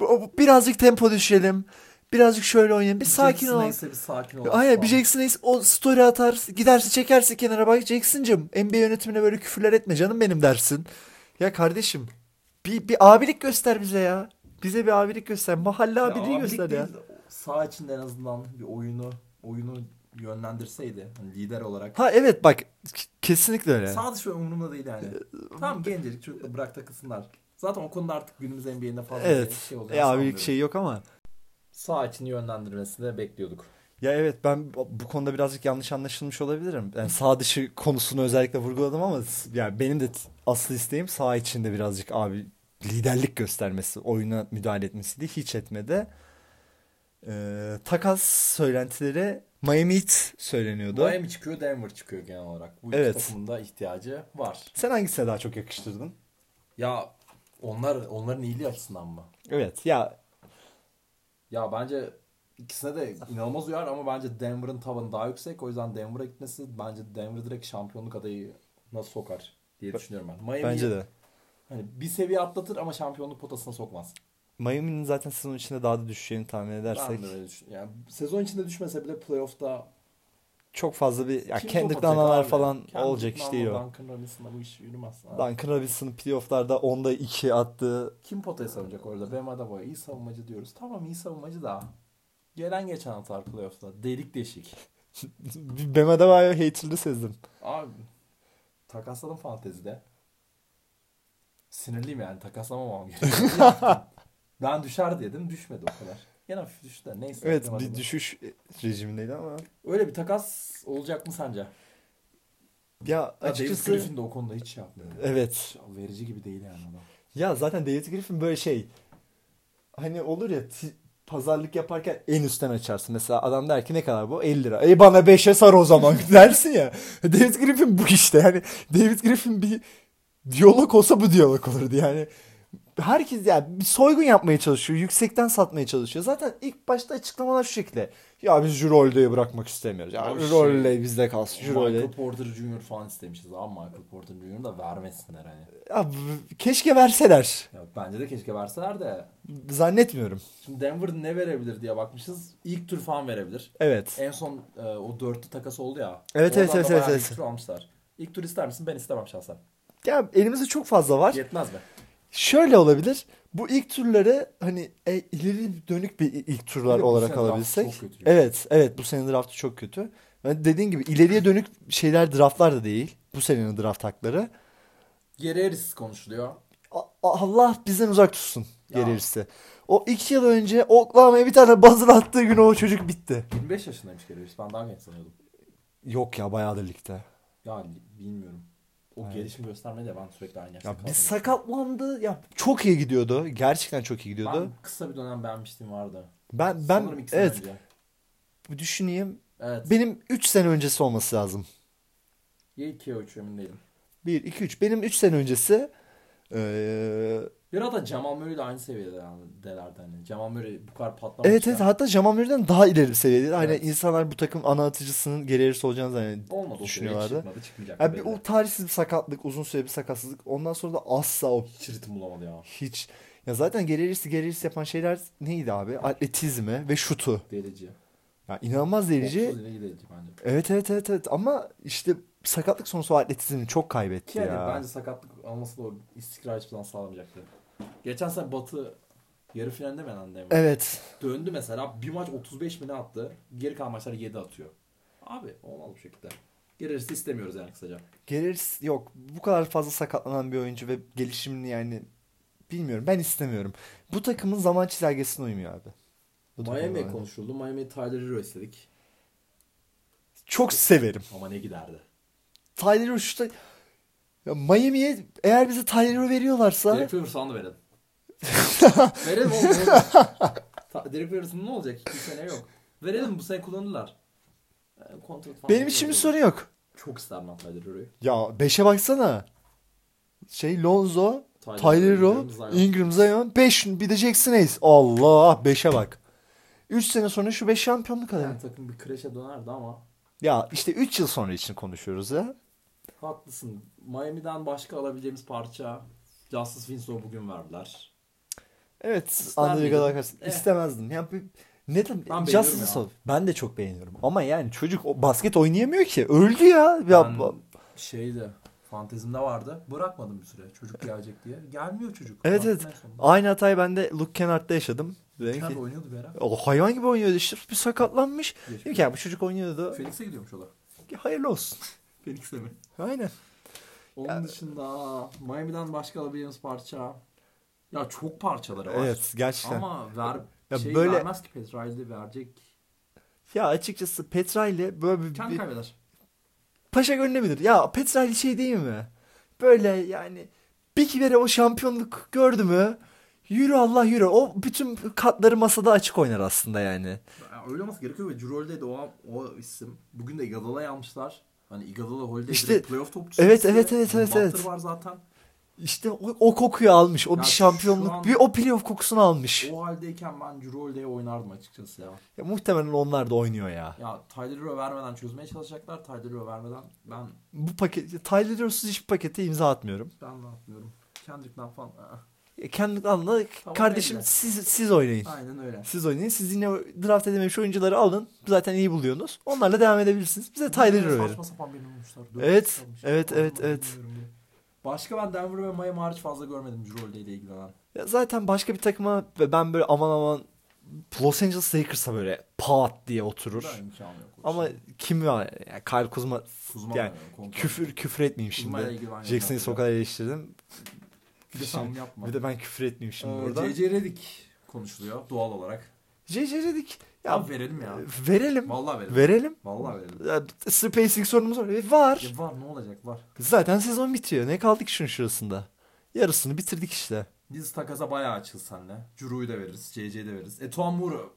A: Bu- Birazcık tempo düşelim. Birazcık şöyle oynayalım. Bir sakin
B: Jackson
A: ol.
B: Hayes'e bir sakin ol.
A: Aynen
B: falan.
A: bir Jackson Hayes o story atar gidersin çekersin kenara bak Jackson'cım NBA yönetimine böyle küfürler etme canım benim dersin. Ya kardeşim bir, bir abilik göster bize ya. Bize bir abilik göster. Mahalle
B: Ya
A: abiliği
B: abilik
A: göster ya.
B: değil de Sağ içinde en azından bir oyunu oyunu yönlendirseydi hani lider olarak
A: Ha evet bak k- kesinlikle öyle.
B: Sağ dışı umurumda değil yani.
A: Ee,
B: tamam gencecik çocukla bırak takılsınlar. Zaten o konuda artık günümüz NBA'inde fazla bir
A: Evet.
B: şey olacağını
A: Ya
B: sanmıyorum.
A: abilik şey yok ama.
B: Sağ içini yönlendirmesini de bekliyorduk.
A: Ya evet ben bu bu konuda birazcık yanlış anlaşılmış olabilirim. Yani sağ dışı konusunu özellikle vurguladım ama s- yani benim de t- asıl isteğim sağ içinde birazcık abi liderlik göstermesi, oyuna müdahale etmesiydi. Hiç etmedi. Ee, takas söylentileri Miami Heat söyleniyordu.
B: Miami çıkıyor Denver çıkıyor genel olarak. Bu iki
A: Evet.
B: takımın da ihtiyacı var.
A: Sen hangisine daha çok yakıştırdın?
B: Ya onlar onların iyiliği açısından mı?
A: Evet ya
B: Ya bence ikisine de inanılmaz uyar ama bence Denver'ın tavanı daha yüksek. O yüzden Denver'a gitmesi bence Denver direkt şampiyonluk adayı nasıl sokar diye düşünüyorum ben. Miami
A: bence de.
B: Hani bir seviye atlatır ama şampiyonluk potasına sokmaz.
A: Miami'nin zaten sezon içinde daha da düşeceğini tahmin edersek
B: Ben de öyle düşünüyorum. Yani sezon içinde düşmese bile playoff'ta
A: çok fazla bir ya
B: Kim
A: Kendrick
B: topatacak
A: Nanalar
B: abi?
A: falan
B: Kendrick
A: olacak iş
B: Nunn,
A: değil o.
B: Duncan Robinson'la bu iş yürümez. Ha.
A: Duncan Robinson playofflarda 10'da 2 attığı
B: Kim potayı savunacak orada? Bam Adebayo iyi savunmacı diyoruz. Tamam iyi savunmacı da. Gelen geçen atar playoff'ta. Delik deşik.
A: Bam Adebayo hater'ını sezdim.
B: Abi takasladım fantezide. Sinirliyim yani takaslamamam gerekiyor. ben düşer dedim düşmedi o kadar. Gene hafif düştü de neyse.
A: Evet
B: Bam
A: bir
B: Adebayo.
A: düşüş rejimindeydi ama.
B: Öyle bir takas olacak mı sence?
A: Ya
B: Ya David
A: açıkçası
B: Griffin de o konuda hiç şey yapmıyor.
A: evet.
B: Verici gibi değil yani adam.
A: Ya zaten David Griffin böyle şey hani olur ya ti- pazarlık yaparken en üstten açarsın. Mesela adam der ki ne kadar bu? 50 lira. E bana 5'e sar o zaman dersin ya. David Griffin bu işte. Yani David Griffin bir diyalog olsa bu diyalog olurdu. Yani herkes ya bir soygun yapmaya çalışıyor. Yüksekten satmaya çalışıyor. Zaten ilk başta açıklamalar şu şekilde. Ya biz Jurolde'yi bırakmak istemiyoruz. Ya
B: Abi şey-
A: Jurolde bizde kalsın. Jurolde.
B: Michael Porter Jr. falan istemişiz ama Michael Porter Jr. da vermesinler hani.
A: Ya, bu- keşke verseler.
B: Ya bence de keşke verseler de.
A: Zannetmiyorum.
B: Şimdi Denver ne verebilir diye bakmışız. İlk tur falan verebilir.
A: Evet.
B: En son e, o dörtlü takası oldu ya.
A: Evet, evet,
B: Oradan da
A: evet,
B: bayağı
A: evet,
B: ilk
A: evet.
B: tur almışlar. İlk tur ister misin? Ben istemem şahsen.
A: Ya elimizde çok fazla var.
B: Yetmez mi?
A: Şöyle olabilir. Bu ilk turları hani e, ileri dönük bir i- ilk turlar
B: Bir de bu
A: olarak
B: sene draft
A: alabilsek.
B: çok kötü çünkü.
A: Evet, evet bu senenin draftı çok kötü. Ben dediğin gibi ileriye dönük şeyler draftlar da değil. Bu senenin draft hakları.
B: Geri Harris konuşuluyor.
A: A- a- Allah bizden uzak tutsun
B: Ya.
A: gerisi. O iki yıl önce Oklahoma'ya bir tane buzzer attığı gün o çocuk bitti.
B: 25 yaşındaymış Geri Harris. Ben daha genç sanıyordum.
A: Yok ya bayağıdır ligde.
B: Yani bilmiyorum. O
A: Evet.
B: gelişim göstermedi de ben sürekli aynı yaşta
A: Ya
B: kaldım.
A: bir sakatlandı. Ya çok iyi gidiyordu. Gerçekten çok iyi gidiyordu.
B: Ben kısa bir dönem beğenmiştim vardı.
A: Ben ben,
B: Sanırım iki sene
A: evet
B: önce.
A: düşüneyim.
B: Evet.
A: Benim 3 sene öncesi olması lazım.
B: Ya 2 ya 3 emin değilim.
A: 1, 2, 3. Benim 3 sene öncesi eee,
B: Ya da Jamal Murray de aynı seviyede yani delerdi hani. Cemal Murray bu kadar patlamış.
A: evet evet
B: ya.
A: hatta Jamal Murray'den daha ileri bir seviyedeydi. Hani
B: Evet.
A: insanlar bu takım ana atıcısının geri yarısı olacağını zannediyor.
B: Olmadı o
A: düşünüyorlardı.
B: seviye çıkmadı çıkmayacak.
A: Yani
B: Yani
A: bir, o tarihsiz bir sakatlık, uzun süre bir sakatsızlık. Ondan sonra da asla o
B: Hiç ritim bulamadı ya.
A: hiç. Ya zaten geri yarısı geri yarısı yapan şeyler neydi abi? Atletizmi ve şutu.
B: Delici.
A: Ya inanılmaz delici.
B: Otuz ile delici bence.
A: Evet evet evet evet ama işte sakatlık sonrası o atletizmini çok kaybetti
B: Ki yani
A: ya.
B: bence sakatlık alması da o istikrar açısından sağlamayacaktı. Geçen sene Batı yarı finalde mi elendi Denver?
A: Evet.
B: Döndü mesela bir maç 35 mi ne attı? Geri kalan maçlar 7 atıyor. Abi olmaz bu şekilde. Gerisi istemiyoruz yani kısaca.
A: Gelir yok bu kadar fazla sakatlanan bir oyuncu ve gelişimini yani bilmiyorum ben istemiyorum. Bu takımın zaman çizelgesine uymuyor abi. Bu takımın
B: Miami
A: zamanı.
B: konuşuldu. Miami Tyler Hero istedik.
A: Çok severim.
B: Ama ne giderdi?
A: Tyler Hero şuta ya Miami'ye eğer bize Tyler Hero veriyorlarsa
B: Derek Rivers'ı da verelim. verelim oğlum. Ta- Derek Rivers'ın ne olacak? İki sene yok. Verelim bu sene kullanırlar. E, kontrat falan
A: benim için bir sorun yok.
B: Çok isterim ben Tyler Hero'yu.
A: Ya 5'e baksana. Şey Lonzo,
B: Tyler
A: Tyler
B: Hero,
A: Hero,
B: Ingram, Zion.
A: Ingram, Zion, 5 bir de Jackson Hayes. Allah 5'e bak. 3 sene sonra şu 5 şampiyonluk adayı.
B: Yani takım bir kreşe dönerdi ama
A: Ya işte 3 yıl sonra için konuşuyoruz ya.
B: haklısın. Miami'den başka alabileceğimiz parça Justice Winslow'u bugün verdiler.
A: Evet,
B: İster
A: Andre
B: miydin?
A: Godoy
B: Evet.
A: istemezdim. Yani bir- neden
B: Ben
A: Justin
B: beğeniyorum
A: Sol- Ben de çok beğeniyorum. Ama yani çocuk o basket oynayamıyor ki. Öldü ya. ya
B: Ben
A: ba-
B: şeydi Şey fantezimde vardı. Bırakmadım bir süre çocuk gelecek diye. Gelmiyor çocuk.
A: Evet,
B: Baktım en sonunda.
A: Aynı hatayı ben de Luke Kennard'da yaşadım. Dedim
B: Kendi
A: ki
B: oynuyordu bir ara.
A: o hayvan gibi oynuyordu işte bir sakatlanmış. Dedim
B: Geçmiş.
A: ki ya bu çocuk oynuyordu.
B: Felix'e gidiyormuş o da.
A: Hayırlı olsun.
B: Felix'e mi?
A: Aynen.
B: Onun dışında Miami'den başka alabileceğimiz parça. Ya çok parçaları var.
A: Evet gerçekten.
B: Ama ver,
A: Ya
B: şey
A: böyle-
B: vermez ki Pat Riley verecek.
A: Ya açıkçası Petra ile böyle bir,
B: Kendi
A: bir
B: kaybeder.
A: paşa görünebilir. Ya Petra ile şey değil mi? Böyle yani bir kere o şampiyonluk gördü mü? Yürü Allah yürü. O bütün katları masada açık oynar aslında yani.
B: Ya öyle olması gerekiyor ve Cirolde de o, o isim. Bugün de Iguodala'yı almışlar. Hani Iguodala Holiday
A: İşte-
B: direkt playoff topçusu.
A: evet,
B: istiyor.
A: evet, evet,
B: Bir
A: evet,
B: Butler
A: evet.
B: var zaten.
A: İşte o, o kokuyu almış. O
B: Ya
A: bir
B: şu
A: şampiyonluk,
B: an-
A: bir o playoff kokusunu almış.
B: O haldeyken ben Cirolde'ye oynardım açıkçası ya.
A: Ya muhtemelen onlar da oynuyor ya.
B: Ya Tyler Hero vermeden çözmeye çalışacaklar. Tyler Hero vermeden ben
A: Bu paket, Tyler Hero'suz hiçbir pakete imza atmıyorum.
B: ben ne yapmıyorum. Kendrick'den falan. ı-ı.
A: Ya Kendi anla kardeşim
B: belli.
A: siz siz oynayın.
B: Aynen öyle.
A: Siz oynayın. Siz yine draft edememiş oyuncuları alın. Zaten iyi buluyorsunuz. Onlarla devam edebilirsiniz. Bize Tyler Hero verin.
B: Saçma sapan birini bulmuşlar. Dört
A: Evet,
B: kişi kalmış.
A: evet,
B: Adamlar
A: evet, evet.
B: bilmiyorum ya. Başka ben Denver ve Miami hariç fazla görmedim Cirolde ile ilgilenen.
A: Ya zaten başka bir takıma ve ben böyle aman aman Los Angeles Lakers'a böyle pat diye oturur.
B: Ben imkanı yok.
A: Ama kim var? Yani Kyle Kuzma
B: Kuzma
A: yani küfür küfür etmeyeyim
B: Kuzma'yla
A: şimdi.
B: ilgili ben
A: Jackson'ı
B: yapmam.
A: sokağa eleştirdim.
B: Bir de sen yapma.
A: Bir de ben küfür etmeyeyim şimdi
B: Ee,
A: burada.
B: CC Redick konuşuluyor doğal olarak.
A: CC dedik.
B: Ya,
A: Ya
B: verelim ya.
A: verelim.
B: Vallahi verelim.
A: Verelim.
B: Vallahi verelim.
A: Ya, Spacing sorunumuz var. E, var.
B: Ya var ne olacak var.
A: Zaten sezon bitiyor. Ne kaldı ki şunun şurasında? Yarısını bitirdik işte.
B: Biz takasa bayağı açız senle. Curu'yu da veririz. CC'yi de veririz. E Tuan Muru.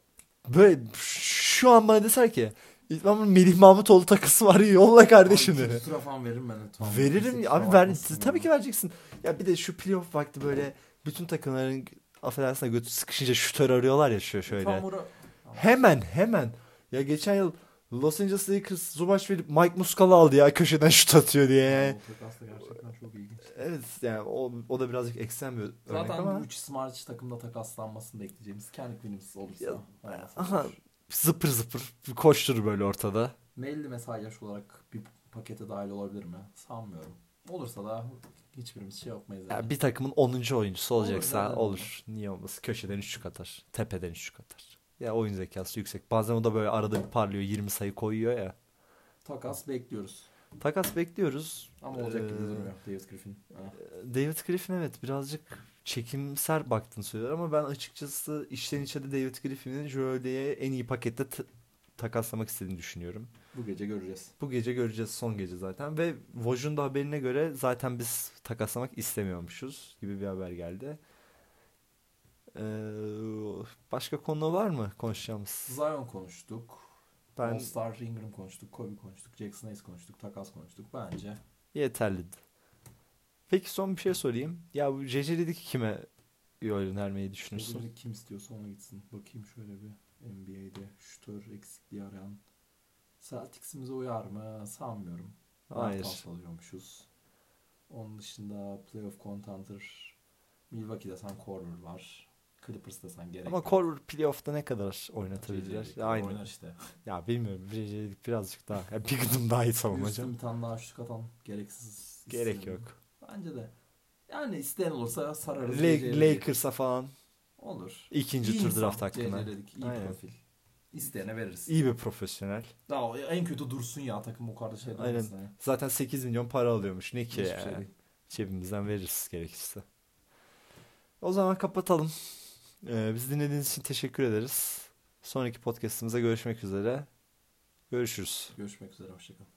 A: Böyle şu an bana deser ki İslam'ın Melih Mahmutoğlu takısı var yolla kardeşim
B: Abi,
A: dedi.
B: Kusura falan veririm ben. de Tuan Muru'ya.
A: Veririm
B: Kusura
A: abi ver
B: bakmasın
A: tabii
B: ya.
A: ki vereceksin. Ya bir de şu playoff vakti böyle bütün takımların affedersin götü sıkışınca şutör arıyorlar ya şöyle
B: Tuan
A: şöyle.
B: Muru.
A: Hemen hemen. Ya geçen yıl Los Angeles Lakers Zubac verip Mike Muscala aldı ya köşeden şut atıyor diye.
B: Bu takas da gerçekten çok ilginç.
A: Evet yani o, o da birazcık eksen bir örnek
B: Zaten
A: ama.
B: bu 3 smartçı takımda takaslanmasını bekleyeceğimiz Kendrick Williams olursa.
A: Ya-
B: Yani
A: Aha zıpır zıpır koşturur böyle ortada.
B: Mailli mesaj yaş olarak bir pakete dahil olabilir mi? Sanmıyorum. Olursa da hiçbirimiz şey yapmayız.
A: Ya
B: yani.
A: bir takımın 10. oyuncusu
B: Olur
A: olacaksa
B: zaten.
A: olur. Niye olmasın? Köşeden üçlük atar. Tepeden üçlük atar. Ya oyun zekası yüksek. Bazen o da böyle arada bir parlıyor. 20 sayı koyuyor ya.
B: Takas bekliyoruz.
A: Takas bekliyoruz.
B: Ama olacak gibi
A: Ee,
B: durmuyor Davis Griffin. Ah.
A: David Griffin evet birazcık çekimser baktığını söylüyor ama ben açıkçası içten içe de David Griffin'in Jrolde'ye en iyi pakette t- takaslamak istediğini düşünüyorum.
B: Bu gece göreceğiz.
A: Bu gece göreceğiz son gece zaten ve Woj'un da haberine göre zaten biz takaslamak istemiyormuşuz gibi bir haber geldi. Ee, başka konu var mı konuşacağımız?
B: Zion konuştuk.
A: Ben
B: All-Star Ingram konuştuk. Kobe konuştuk. Jackson Hayes konuştuk. Takas konuştuk. Bence
A: yeterliydi. Peki son bir şey sorayım. Ya bu CC'deki kime önermeyi düşünürsün?
B: Birileri kim istiyorsa ona gitsin. Bakayım şöyle bir NBA'de şutör eksikliği arayan. Celtics'imize uyar mı? Sanmıyorum.
A: Hayır.
B: Bertans alıyormuşuz. Onun dışında playoff contender Milwaukee desen Korver var. Clippers desen gerek
A: Ama
B: yok.
A: Korver playoff'ta ne kadar
B: J.J.
A: oynatabilirler?
B: Redick
A: Aynı.
B: Oynar işte.
A: Ya bilmiyorum. CC'lik birazcık daha. Ya bir gıdım daha iyi savunmacı.
B: Houston bir tane daha şut atan gereksiz.
A: Gerek
B: isim.
A: yok.
B: Bence de. Yani isteyen olursa sararız. J.J.
A: Le-
B: Redick.
A: Lakers'a falan
B: Olur.
A: ikinci
B: İyi
A: tur
B: insan.
A: draft hakkına.
B: J.J. Redick iyi
A: Aynen.
B: profil. İsteyene veririz.
A: İyi bir profesyonel.
B: Daha o- en kötü dursun ya takım o kadar şey
A: Aynen.
B: durmasın ya.
A: Zaten 8 milyon para alıyormuş. Ne ki
B: Hiçbir
A: ya?
B: şey değil.
A: Cebimizden veririz gerekirse. O zaman kapatalım. Ee, bizi dinlediğiniz için teşekkür ederiz. Sonraki podcastımıza görüşmek üzere. Görüşürüz.
B: Görüşmek üzere hoşçakalın.